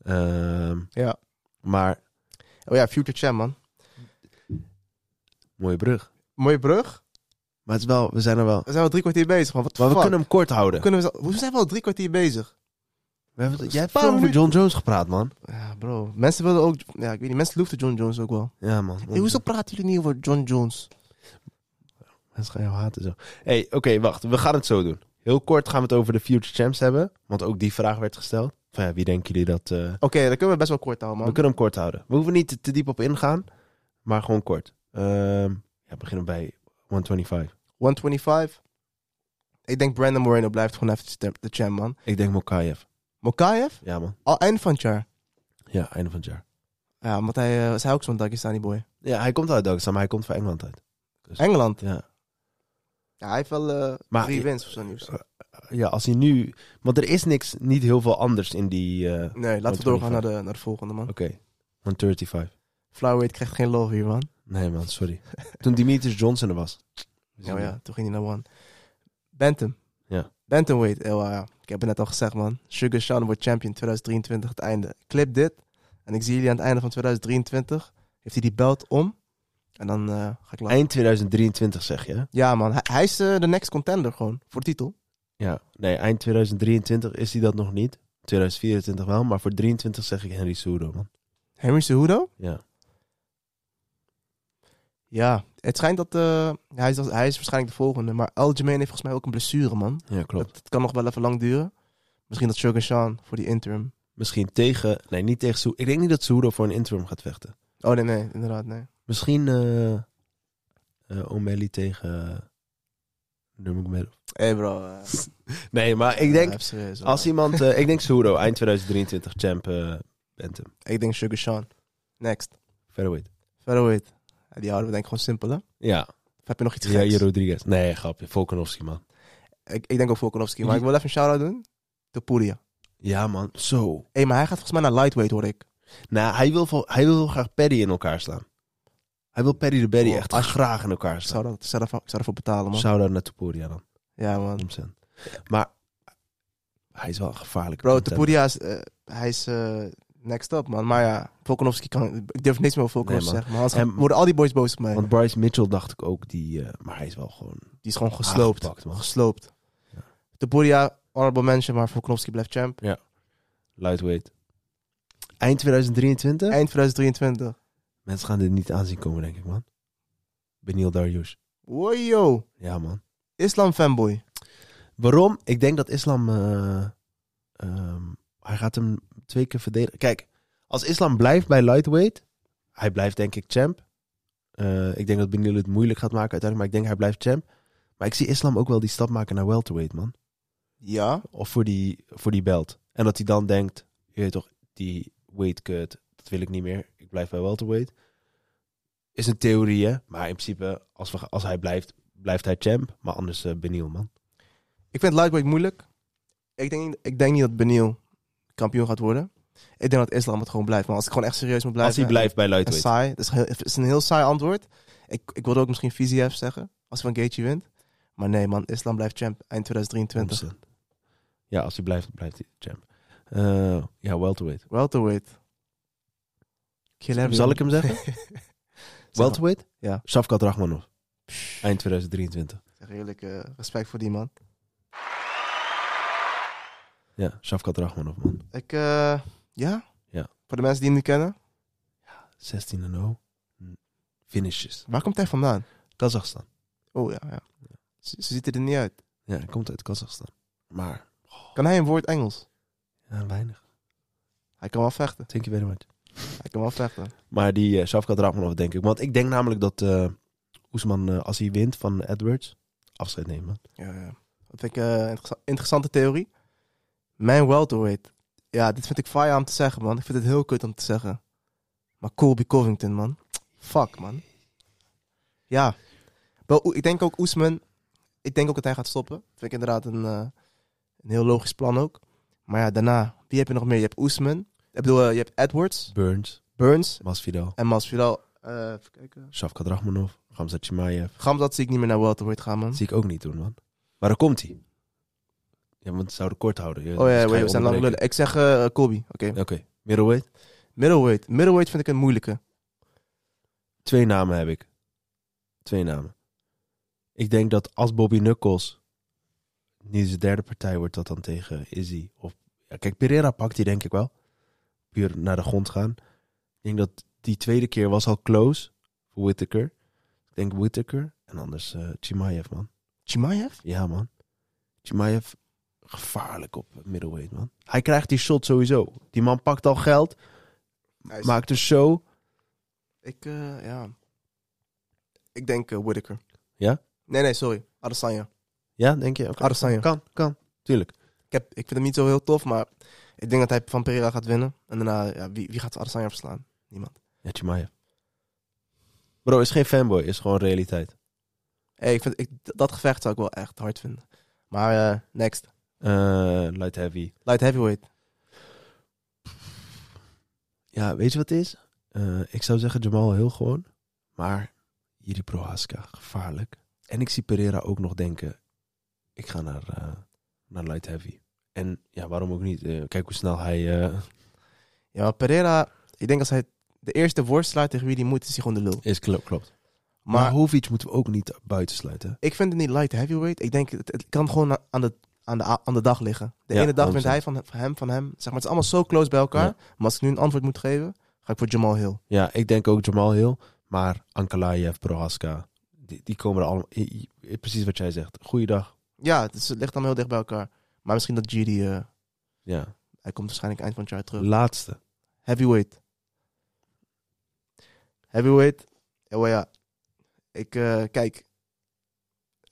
[SPEAKER 1] Ehm,
[SPEAKER 2] Ja.
[SPEAKER 1] Maar,
[SPEAKER 2] Oh ja, Future Champ, man.
[SPEAKER 1] mooie brug.
[SPEAKER 2] Mooie brug.
[SPEAKER 1] Maar het is wel, we zijn er wel.
[SPEAKER 2] We zijn al drie kwartier bezig, man. Wat
[SPEAKER 1] Maar we
[SPEAKER 2] fuck?
[SPEAKER 1] kunnen hem kort houden.
[SPEAKER 2] Kunnen we, hoe zijn we al drie kwartier bezig?
[SPEAKER 1] We hebben, jij hebt
[SPEAKER 2] Paar
[SPEAKER 1] veel over
[SPEAKER 2] minuten.
[SPEAKER 1] John Jones gepraat, man.
[SPEAKER 2] Ja, bro. Mensen willen ook... Ja, ik weet niet. Mensen loefden John Jones ook wel.
[SPEAKER 1] Ja, man.
[SPEAKER 2] Hey, hoezo praten jullie niet over John Jones?
[SPEAKER 1] Mensen gaan jou haten zo. hey, oké, wacht. We gaan het zo doen. Heel kort gaan we het over de Future Champs hebben. Want ook die vraag werd gesteld. Van ja, wie denken jullie dat... eh,
[SPEAKER 2] Oké, dat kunnen we best wel kort houden,
[SPEAKER 1] We
[SPEAKER 2] man.
[SPEAKER 1] kunnen hem kort houden. We hoeven niet te, te diep op ingaan. Maar gewoon kort. Ehm ja, beginnen bij 125.
[SPEAKER 2] 125. Ik denk Brandon Moreno blijft gewoon even de stem- de champ, man.
[SPEAKER 1] Ik denk Mokayev.
[SPEAKER 2] Mokayev?
[SPEAKER 1] Ja, man.
[SPEAKER 2] Al eind van het jaar.
[SPEAKER 1] Ja, einde van het jaar.
[SPEAKER 2] Ja, want hij eh, is hij ook zo'n Dagestani boy.
[SPEAKER 1] Ja, hij komt uit Dagestan, maar hij komt van Engeland uit.
[SPEAKER 2] Engeland.
[SPEAKER 1] Ja.
[SPEAKER 2] Ja, hij heeft wel eh,
[SPEAKER 1] Maar-
[SPEAKER 2] drie wins of zo nieuws.
[SPEAKER 1] ja, als hij nu... Want er is niks, niet heel veel anders in die... eh, Oké,
[SPEAKER 2] Nee, laten
[SPEAKER 1] 125.
[SPEAKER 2] we doorgaan naar de, naar de volgende, man.
[SPEAKER 1] 135.
[SPEAKER 2] Flyweight krijgt geen love hier, man.
[SPEAKER 1] Nee, man, sorry. Toen Demetrius Johnson er was.
[SPEAKER 2] Oh ja, toen ging hij naar one. Bantam.
[SPEAKER 1] Ja.
[SPEAKER 2] Bantamweight. Oh, ja. Ik heb het net al gezegd, man. Sugar Sean wordt champion 2023, het einde. Clip dit. En ik zie jullie aan het einde van 2023. Heeft hij die belt om. En dan eh, ga ik laten.
[SPEAKER 1] Eind 2023 zeg je, hè?
[SPEAKER 2] Ja, man. Hij, hij is eh, de next contender gewoon. Voor de titel.
[SPEAKER 1] Ja, nee, eind 2023 is hij dat nog niet. 2024 wel, maar voor 23 zeg ik Henry Sudo, man.
[SPEAKER 2] Henry Cejudo?
[SPEAKER 1] Ja.
[SPEAKER 2] Ja. Het schijnt dat... eh, hij, is, hij is waarschijnlijk de volgende. Maar Aljamain heeft volgens mij ook een blessure, man.
[SPEAKER 1] Ja, klopt.
[SPEAKER 2] Dat, dat kan nog wel even lang duren. Misschien dat Sugar Sean voor die interim.
[SPEAKER 1] Misschien tegen... Nee, niet tegen Sudo. Ik denk niet dat Sudo voor een interim gaat vechten.
[SPEAKER 2] Oh, nee, nee. Inderdaad, nee.
[SPEAKER 1] Misschien eh eh, O'Malley tegen... Nurmagomedov.
[SPEAKER 2] Hé, hey bro. eh,
[SPEAKER 1] Nee, maar ik
[SPEAKER 2] eh,
[SPEAKER 1] denk...
[SPEAKER 2] even serieus,
[SPEAKER 1] Als
[SPEAKER 2] hoor.
[SPEAKER 1] iemand... eh, ik denk Sudo, eind 2023 champ eh Bantam.
[SPEAKER 2] Ik denk Sugar Sean. Next.
[SPEAKER 1] Featherweight.
[SPEAKER 2] Featherweight. Ja, die houden we denk ik gewoon simpel, hè?
[SPEAKER 1] Ja,
[SPEAKER 2] Of heb je nog iets geks?
[SPEAKER 1] Jair Rodriguez. Nee, grapje. Volkanovski, man.
[SPEAKER 2] ik, ik denk ook Volkanovski. Maar ik wil even een shout-out doen. Topuria. Hé,
[SPEAKER 1] Ja, man. Zo.
[SPEAKER 2] hey, maar hij gaat volgens mij naar lightweight, hoor ik.
[SPEAKER 1] Nou, hij wil, vol- hij wil graag Paddy in elkaar slaan. Hij wil Paddy de Baddy
[SPEAKER 2] Oh,
[SPEAKER 1] echt
[SPEAKER 2] als-
[SPEAKER 1] graag in elkaar
[SPEAKER 2] Ik
[SPEAKER 1] slaan.
[SPEAKER 2] zou, dat, ik zou, daarvoor, ik zou daarvoor betalen, man.
[SPEAKER 1] Shout-out naar Topuria dan.
[SPEAKER 2] Ja, man.
[SPEAKER 1] 100%. Maar hij is wel een gevaarlijke
[SPEAKER 2] Bro,
[SPEAKER 1] contender.
[SPEAKER 2] Topuria is... eh, hij is eh, next up, man. Maar ja, Volkanovski kan... Ik durf niks meer over Volkanovski
[SPEAKER 1] Nee,
[SPEAKER 2] te zeggen. Maar anders
[SPEAKER 1] En-
[SPEAKER 2] worden al die boys boos op mij.
[SPEAKER 1] Want Bryce Mitchell dacht ik ook, die, eh, maar hij is wel gewoon
[SPEAKER 2] die is gewoon gesloopt.
[SPEAKER 1] aangepakt, Ah, man.
[SPEAKER 2] Gesloopt.
[SPEAKER 1] Ja.
[SPEAKER 2] Topuria, honorable mention, maar Volkanovski blijft champ.
[SPEAKER 1] Lightweight. Eind 2023?
[SPEAKER 2] Eind 2023.
[SPEAKER 1] Mensen gaan dit niet aanzien komen, denk ik, man. Benil Darius.
[SPEAKER 2] Wojo.
[SPEAKER 1] Ja, man.
[SPEAKER 2] Islam fanboy.
[SPEAKER 1] Waarom? Ik denk dat Islam... eh, ehm, hij gaat hem twee keer verdedigen. Kijk, als Islam blijft bij lightweight... Hij blijft denk ik champ. Eh, ik denk dat Benil het moeilijk gaat maken uiteindelijk. Maar ik denk hij blijft champ. Maar ik zie Islam ook wel die stap maken naar welterweight, man.
[SPEAKER 2] Ja.
[SPEAKER 1] Of voor die, voor die belt. En dat hij dan denkt, je weet toch, die weight cut, dat wil ik niet meer. Ik blijf bij welterweight. Is een theorie, hè? Maar in principe, als, we, als hij blijft, blijft hij champ. Maar anders eh Benil, man.
[SPEAKER 2] Ik vind lightweight moeilijk. Ik denk, ik denk niet dat Benil kampioen gaat worden. Ik denk dat Islam het gewoon blijft. Maar als ik gewoon echt serieus moet blijven...
[SPEAKER 1] als Nou, hij blijft bij
[SPEAKER 2] en
[SPEAKER 1] lightweight.
[SPEAKER 2] saai. Dat is, heel- het is een heel saai antwoord. Ik, ik wilde ook misschien Viziev zeggen. Als Van Gaethje wint. Maar nee man, Islam blijft champ eind 2023.
[SPEAKER 1] 100%. Ja, als hij blijft, blijft hij champ. Eh, ja, welterweight.
[SPEAKER 2] Welterweight. Killer,
[SPEAKER 1] Zal ik hem zeggen?
[SPEAKER 2] Welterweight.
[SPEAKER 1] welterweight?
[SPEAKER 2] Ja.
[SPEAKER 1] Shafkat Rachmanov. Eind 2023.
[SPEAKER 2] Heerlijk eh, respect voor die man.
[SPEAKER 1] Ja, Shafkat Rachmanov, man.
[SPEAKER 2] Ik, eh, ja?
[SPEAKER 1] Ja.
[SPEAKER 2] Voor de mensen die hem niet kennen.
[SPEAKER 1] 16 en 0. Finishes.
[SPEAKER 2] Waar komt hij vandaan?
[SPEAKER 1] Kazachstan.
[SPEAKER 2] Oh ja, ja. Ze, ze ziet er niet uit.
[SPEAKER 1] Ja, hij komt uit Kazachstan. Maar
[SPEAKER 2] Kan hij een woord Engels?
[SPEAKER 1] Ja, weinig.
[SPEAKER 2] Hij kan wel vechten.
[SPEAKER 1] Thank you very much.
[SPEAKER 2] Hij kan wel vechten.
[SPEAKER 1] Maar die uh, Shafkat Rachmanov, denk ik. Want ik denk namelijk dat eh Oesman, eh, als hij wint van Edwards, afscheid nemen.
[SPEAKER 2] Ja, ja. Dat Eh, vind ik een interessante theorie. Mijn welterweight. Ja, dit vind ik fire om te zeggen, man. Ik vind het heel kut om te zeggen. Maar Colby Covington, man. Fuck, man. Ja. Wel, Oe- ik denk ook Oesman. Ik denk ook dat hij gaat stoppen. Dat vind ik inderdaad een, eh, een heel logisch plan ook. Maar ja, daarna, wie heb je nog meer? Je hebt Oesman. Ik bedoel, eh, je hebt Edwards,
[SPEAKER 1] Burns,
[SPEAKER 2] Burns
[SPEAKER 1] Masvidal,
[SPEAKER 2] en Masvidal. Eh even kijken.
[SPEAKER 1] Shafkat Rachmanov, Gamzat Chimaev.
[SPEAKER 2] Gamzat zie ik niet meer naar welterweight gaan, man.
[SPEAKER 1] Dat zie ik ook niet doen, man. Maar dan komt hij. Ja, want ze zouden kort houden.
[SPEAKER 2] Oh
[SPEAKER 1] dus
[SPEAKER 2] ja,
[SPEAKER 1] ga je
[SPEAKER 2] we zijn lang
[SPEAKER 1] onderbreken.
[SPEAKER 2] lullen. Ik zeg eh Colby. Oké.
[SPEAKER 1] Oké, middleweight.
[SPEAKER 2] Middleweight. Middleweight vind ik een moeilijke.
[SPEAKER 1] Twee namen heb ik. Twee namen. Ik denk dat als Bobby Knuckles niet zijn derde partij wordt, dat dan tegen Izzy. Of, ja, kijk, Pereira pakt die denk ik wel. Puur naar de grond gaan. Ik denk dat die tweede keer was al close voor Whittaker. Ik denk Whittaker en anders eh Chimaev, man.
[SPEAKER 2] Chimaev?
[SPEAKER 1] Ja, man. Chimaev, gevaarlijk op middleweight, man. Hij krijgt die shot sowieso. Die man pakt al geld, maakt een show.
[SPEAKER 2] Ik, eh, ja. Ik denk eh, Whittaker.
[SPEAKER 1] Ja?
[SPEAKER 2] Nee, nee, sorry. Adesanya.
[SPEAKER 1] Ja, denk je? Oké.
[SPEAKER 2] Adesanya.
[SPEAKER 1] Ah, Kan, kan. Tuurlijk.
[SPEAKER 2] Ik, heb, ik vind hem niet zo heel tof, maar ik denk dat hij van Pereira gaat winnen. En daarna, ja, wie, wie gaat Adesanya verslaan? Niemand.
[SPEAKER 1] Ja, Chimaev. Bro, is geen fanboy, is gewoon realiteit.
[SPEAKER 2] Hey, ik vind, ik, d- dat gevecht zou ik wel echt hard vinden. Maar eh, next.
[SPEAKER 1] Eh, light heavy.
[SPEAKER 2] Light heavyweight.
[SPEAKER 1] Ja, weet je wat het is? Eh, ik zou zeggen Jamal heel gewoon. Maar Jiri Prohaska, gevaarlijk. En ik zie Pereira ook nog denken, ik ga naar, eh, naar light heavy. En ja, waarom ook niet? Eh, kijk hoe snel hij... eh,
[SPEAKER 2] Ja, maar Pereira, ik denk als hij de eerste worst slaat tegen wie die moet, is hij gewoon de lul.
[SPEAKER 1] is, Klo- klopt. Maar,
[SPEAKER 2] Maar
[SPEAKER 1] Hovic moeten we ook niet buitensluiten.
[SPEAKER 2] ik vind het niet light heavyweight. Ik denk, het, het kan gewoon na- aan de, aan, de, aan de dag liggen. De
[SPEAKER 1] Ja,
[SPEAKER 2] ene dag
[SPEAKER 1] 100%.
[SPEAKER 2] vindt hij van hem, van hem. Zeg maar, het is allemaal zo close bij elkaar.
[SPEAKER 1] Ja.
[SPEAKER 2] Maar als ik nu een antwoord moet geven, ga ik voor Jamal Hill.
[SPEAKER 1] Ja, ik denk ook Jamal Hill. Maar Ankalaev, Prohaska, die, die komen er allemaal... i- i- Precies wat jij zegt. Goeiedag.
[SPEAKER 2] Ja, het, is- het ligt allemaal heel dicht bij elkaar. Maar misschien dat GD, eh,
[SPEAKER 1] Ja.
[SPEAKER 2] hij komt waarschijnlijk eind van het jaar terug.
[SPEAKER 1] Laatste.
[SPEAKER 2] Heavyweight. Heavyweight. Oh ja. Ik, eh, kijk.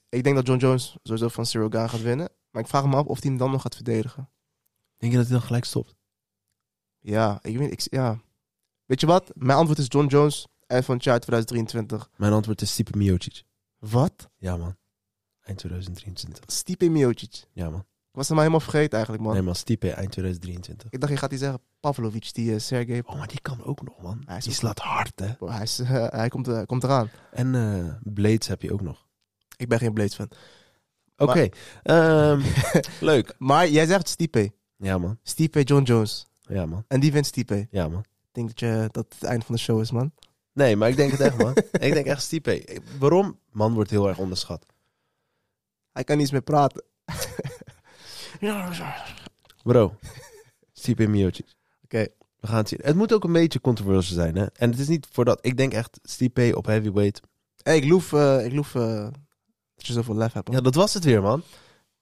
[SPEAKER 2] Ik denk dat John Jones sowieso van Cyril Gaan gaat winnen. Maar ik vraag me af of hij hem dan nog gaat verdedigen.
[SPEAKER 1] Denk je dat hij dan gelijk stopt?
[SPEAKER 2] Ja, ik weet ik, ja. Weet je wat? Mijn antwoord is John Jones. Eind van het jaar 2023.
[SPEAKER 1] Mijn antwoord is Stipe Miocic.
[SPEAKER 2] Wat?
[SPEAKER 1] Ja, man. Eind 2023.
[SPEAKER 2] Stipe Miocic. Ik
[SPEAKER 1] Ja, man.
[SPEAKER 2] was hem al helemaal vergeten eigenlijk, man.
[SPEAKER 1] Nee, man. Stipe eind 2023.
[SPEAKER 2] Ik dacht, je gaat die zeggen. Pavlovic, die eh, Sergej.
[SPEAKER 1] Oh, maar die kan ook nog, man.
[SPEAKER 2] Hij is
[SPEAKER 1] die
[SPEAKER 2] ook-
[SPEAKER 1] slaat hard, hè.
[SPEAKER 2] Bro, hij, is, hij komt, eh, komt eraan.
[SPEAKER 1] En eh Blades heb je ook nog.
[SPEAKER 2] Ik ben geen Blades fan.
[SPEAKER 1] Oké. ehm, leuk.
[SPEAKER 2] Maar jij zegt Stipe.
[SPEAKER 1] Ja, man.
[SPEAKER 2] Stipe John Jones.
[SPEAKER 1] Ja, man.
[SPEAKER 2] En die wint Stipe. Ik
[SPEAKER 1] Ja, man.
[SPEAKER 2] denk dat, je, dat het eind van de show is, man.
[SPEAKER 1] Nee, maar ik denk het echt, man. ik denk echt Stipe. Ik- Waarom? Man wordt heel erg onderschat.
[SPEAKER 2] Hij kan niet eens meer praten.
[SPEAKER 1] Bro, Stipe Miocic.
[SPEAKER 2] Oké.
[SPEAKER 1] We gaan het zien. Het moet ook een beetje controversieel zijn, hè? En het is niet voor dat. Ik denk echt Stipe op heavyweight.
[SPEAKER 2] Hey, ik loef, eh, ik loef eh, dat je zoveel lef hebt, man.
[SPEAKER 1] Ja, dat was het weer, man.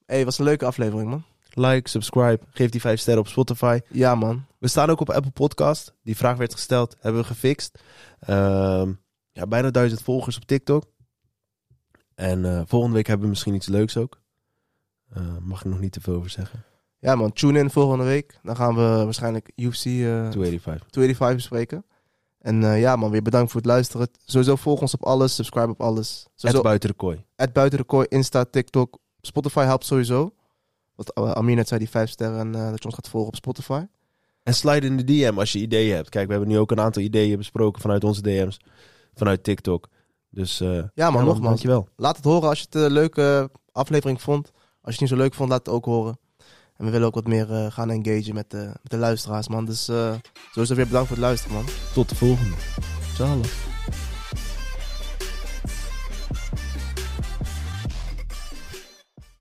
[SPEAKER 2] Hey, was een leuke aflevering, man.
[SPEAKER 1] Like, subscribe, geef die 5 sterren op Spotify.
[SPEAKER 2] Ja, man.
[SPEAKER 1] We staan ook op Apple Podcast. Die vraag werd gesteld, hebben we gefixt. Ehm, ja, bijna duizend volgers op TikTok. En eh, volgende week hebben we misschien iets leuks ook. Eh, mag ik nog niet te veel over zeggen.
[SPEAKER 2] Ja, man. Tune in volgende week. Dan gaan we waarschijnlijk UFC eh
[SPEAKER 1] 285.
[SPEAKER 2] 285 bespreken. En eh, ja, man. Weer bedankt voor het luisteren. Sowieso volg ons op alles. Subscribe op alles.
[SPEAKER 1] Het
[SPEAKER 2] Sowieso
[SPEAKER 1] buiten de kooi.
[SPEAKER 2] Het buiten de kooi, Insta, TikTok. Spotify helpt sowieso. Want eh, Amir net zei die vijf sterren en eh, dat je ons gaat volgen op Spotify.
[SPEAKER 1] En slide in de DM als je ideeën hebt. Kijk, we hebben nu ook een aantal ideeën besproken vanuit onze DM's. Vanuit TikTok. Dus eh
[SPEAKER 2] Ja, maar
[SPEAKER 1] ja, man,
[SPEAKER 2] nogmaals.
[SPEAKER 1] Dankjewel.
[SPEAKER 2] Laat het horen als je het een leuke aflevering vond. Als je het niet zo leuk vond, laat het ook horen. En we willen ook wat meer eh, gaan engagen met de, met de luisteraars, man. Dus eh, sowieso weer bedankt voor het luisteren, man.
[SPEAKER 1] Tot de volgende. Ciao.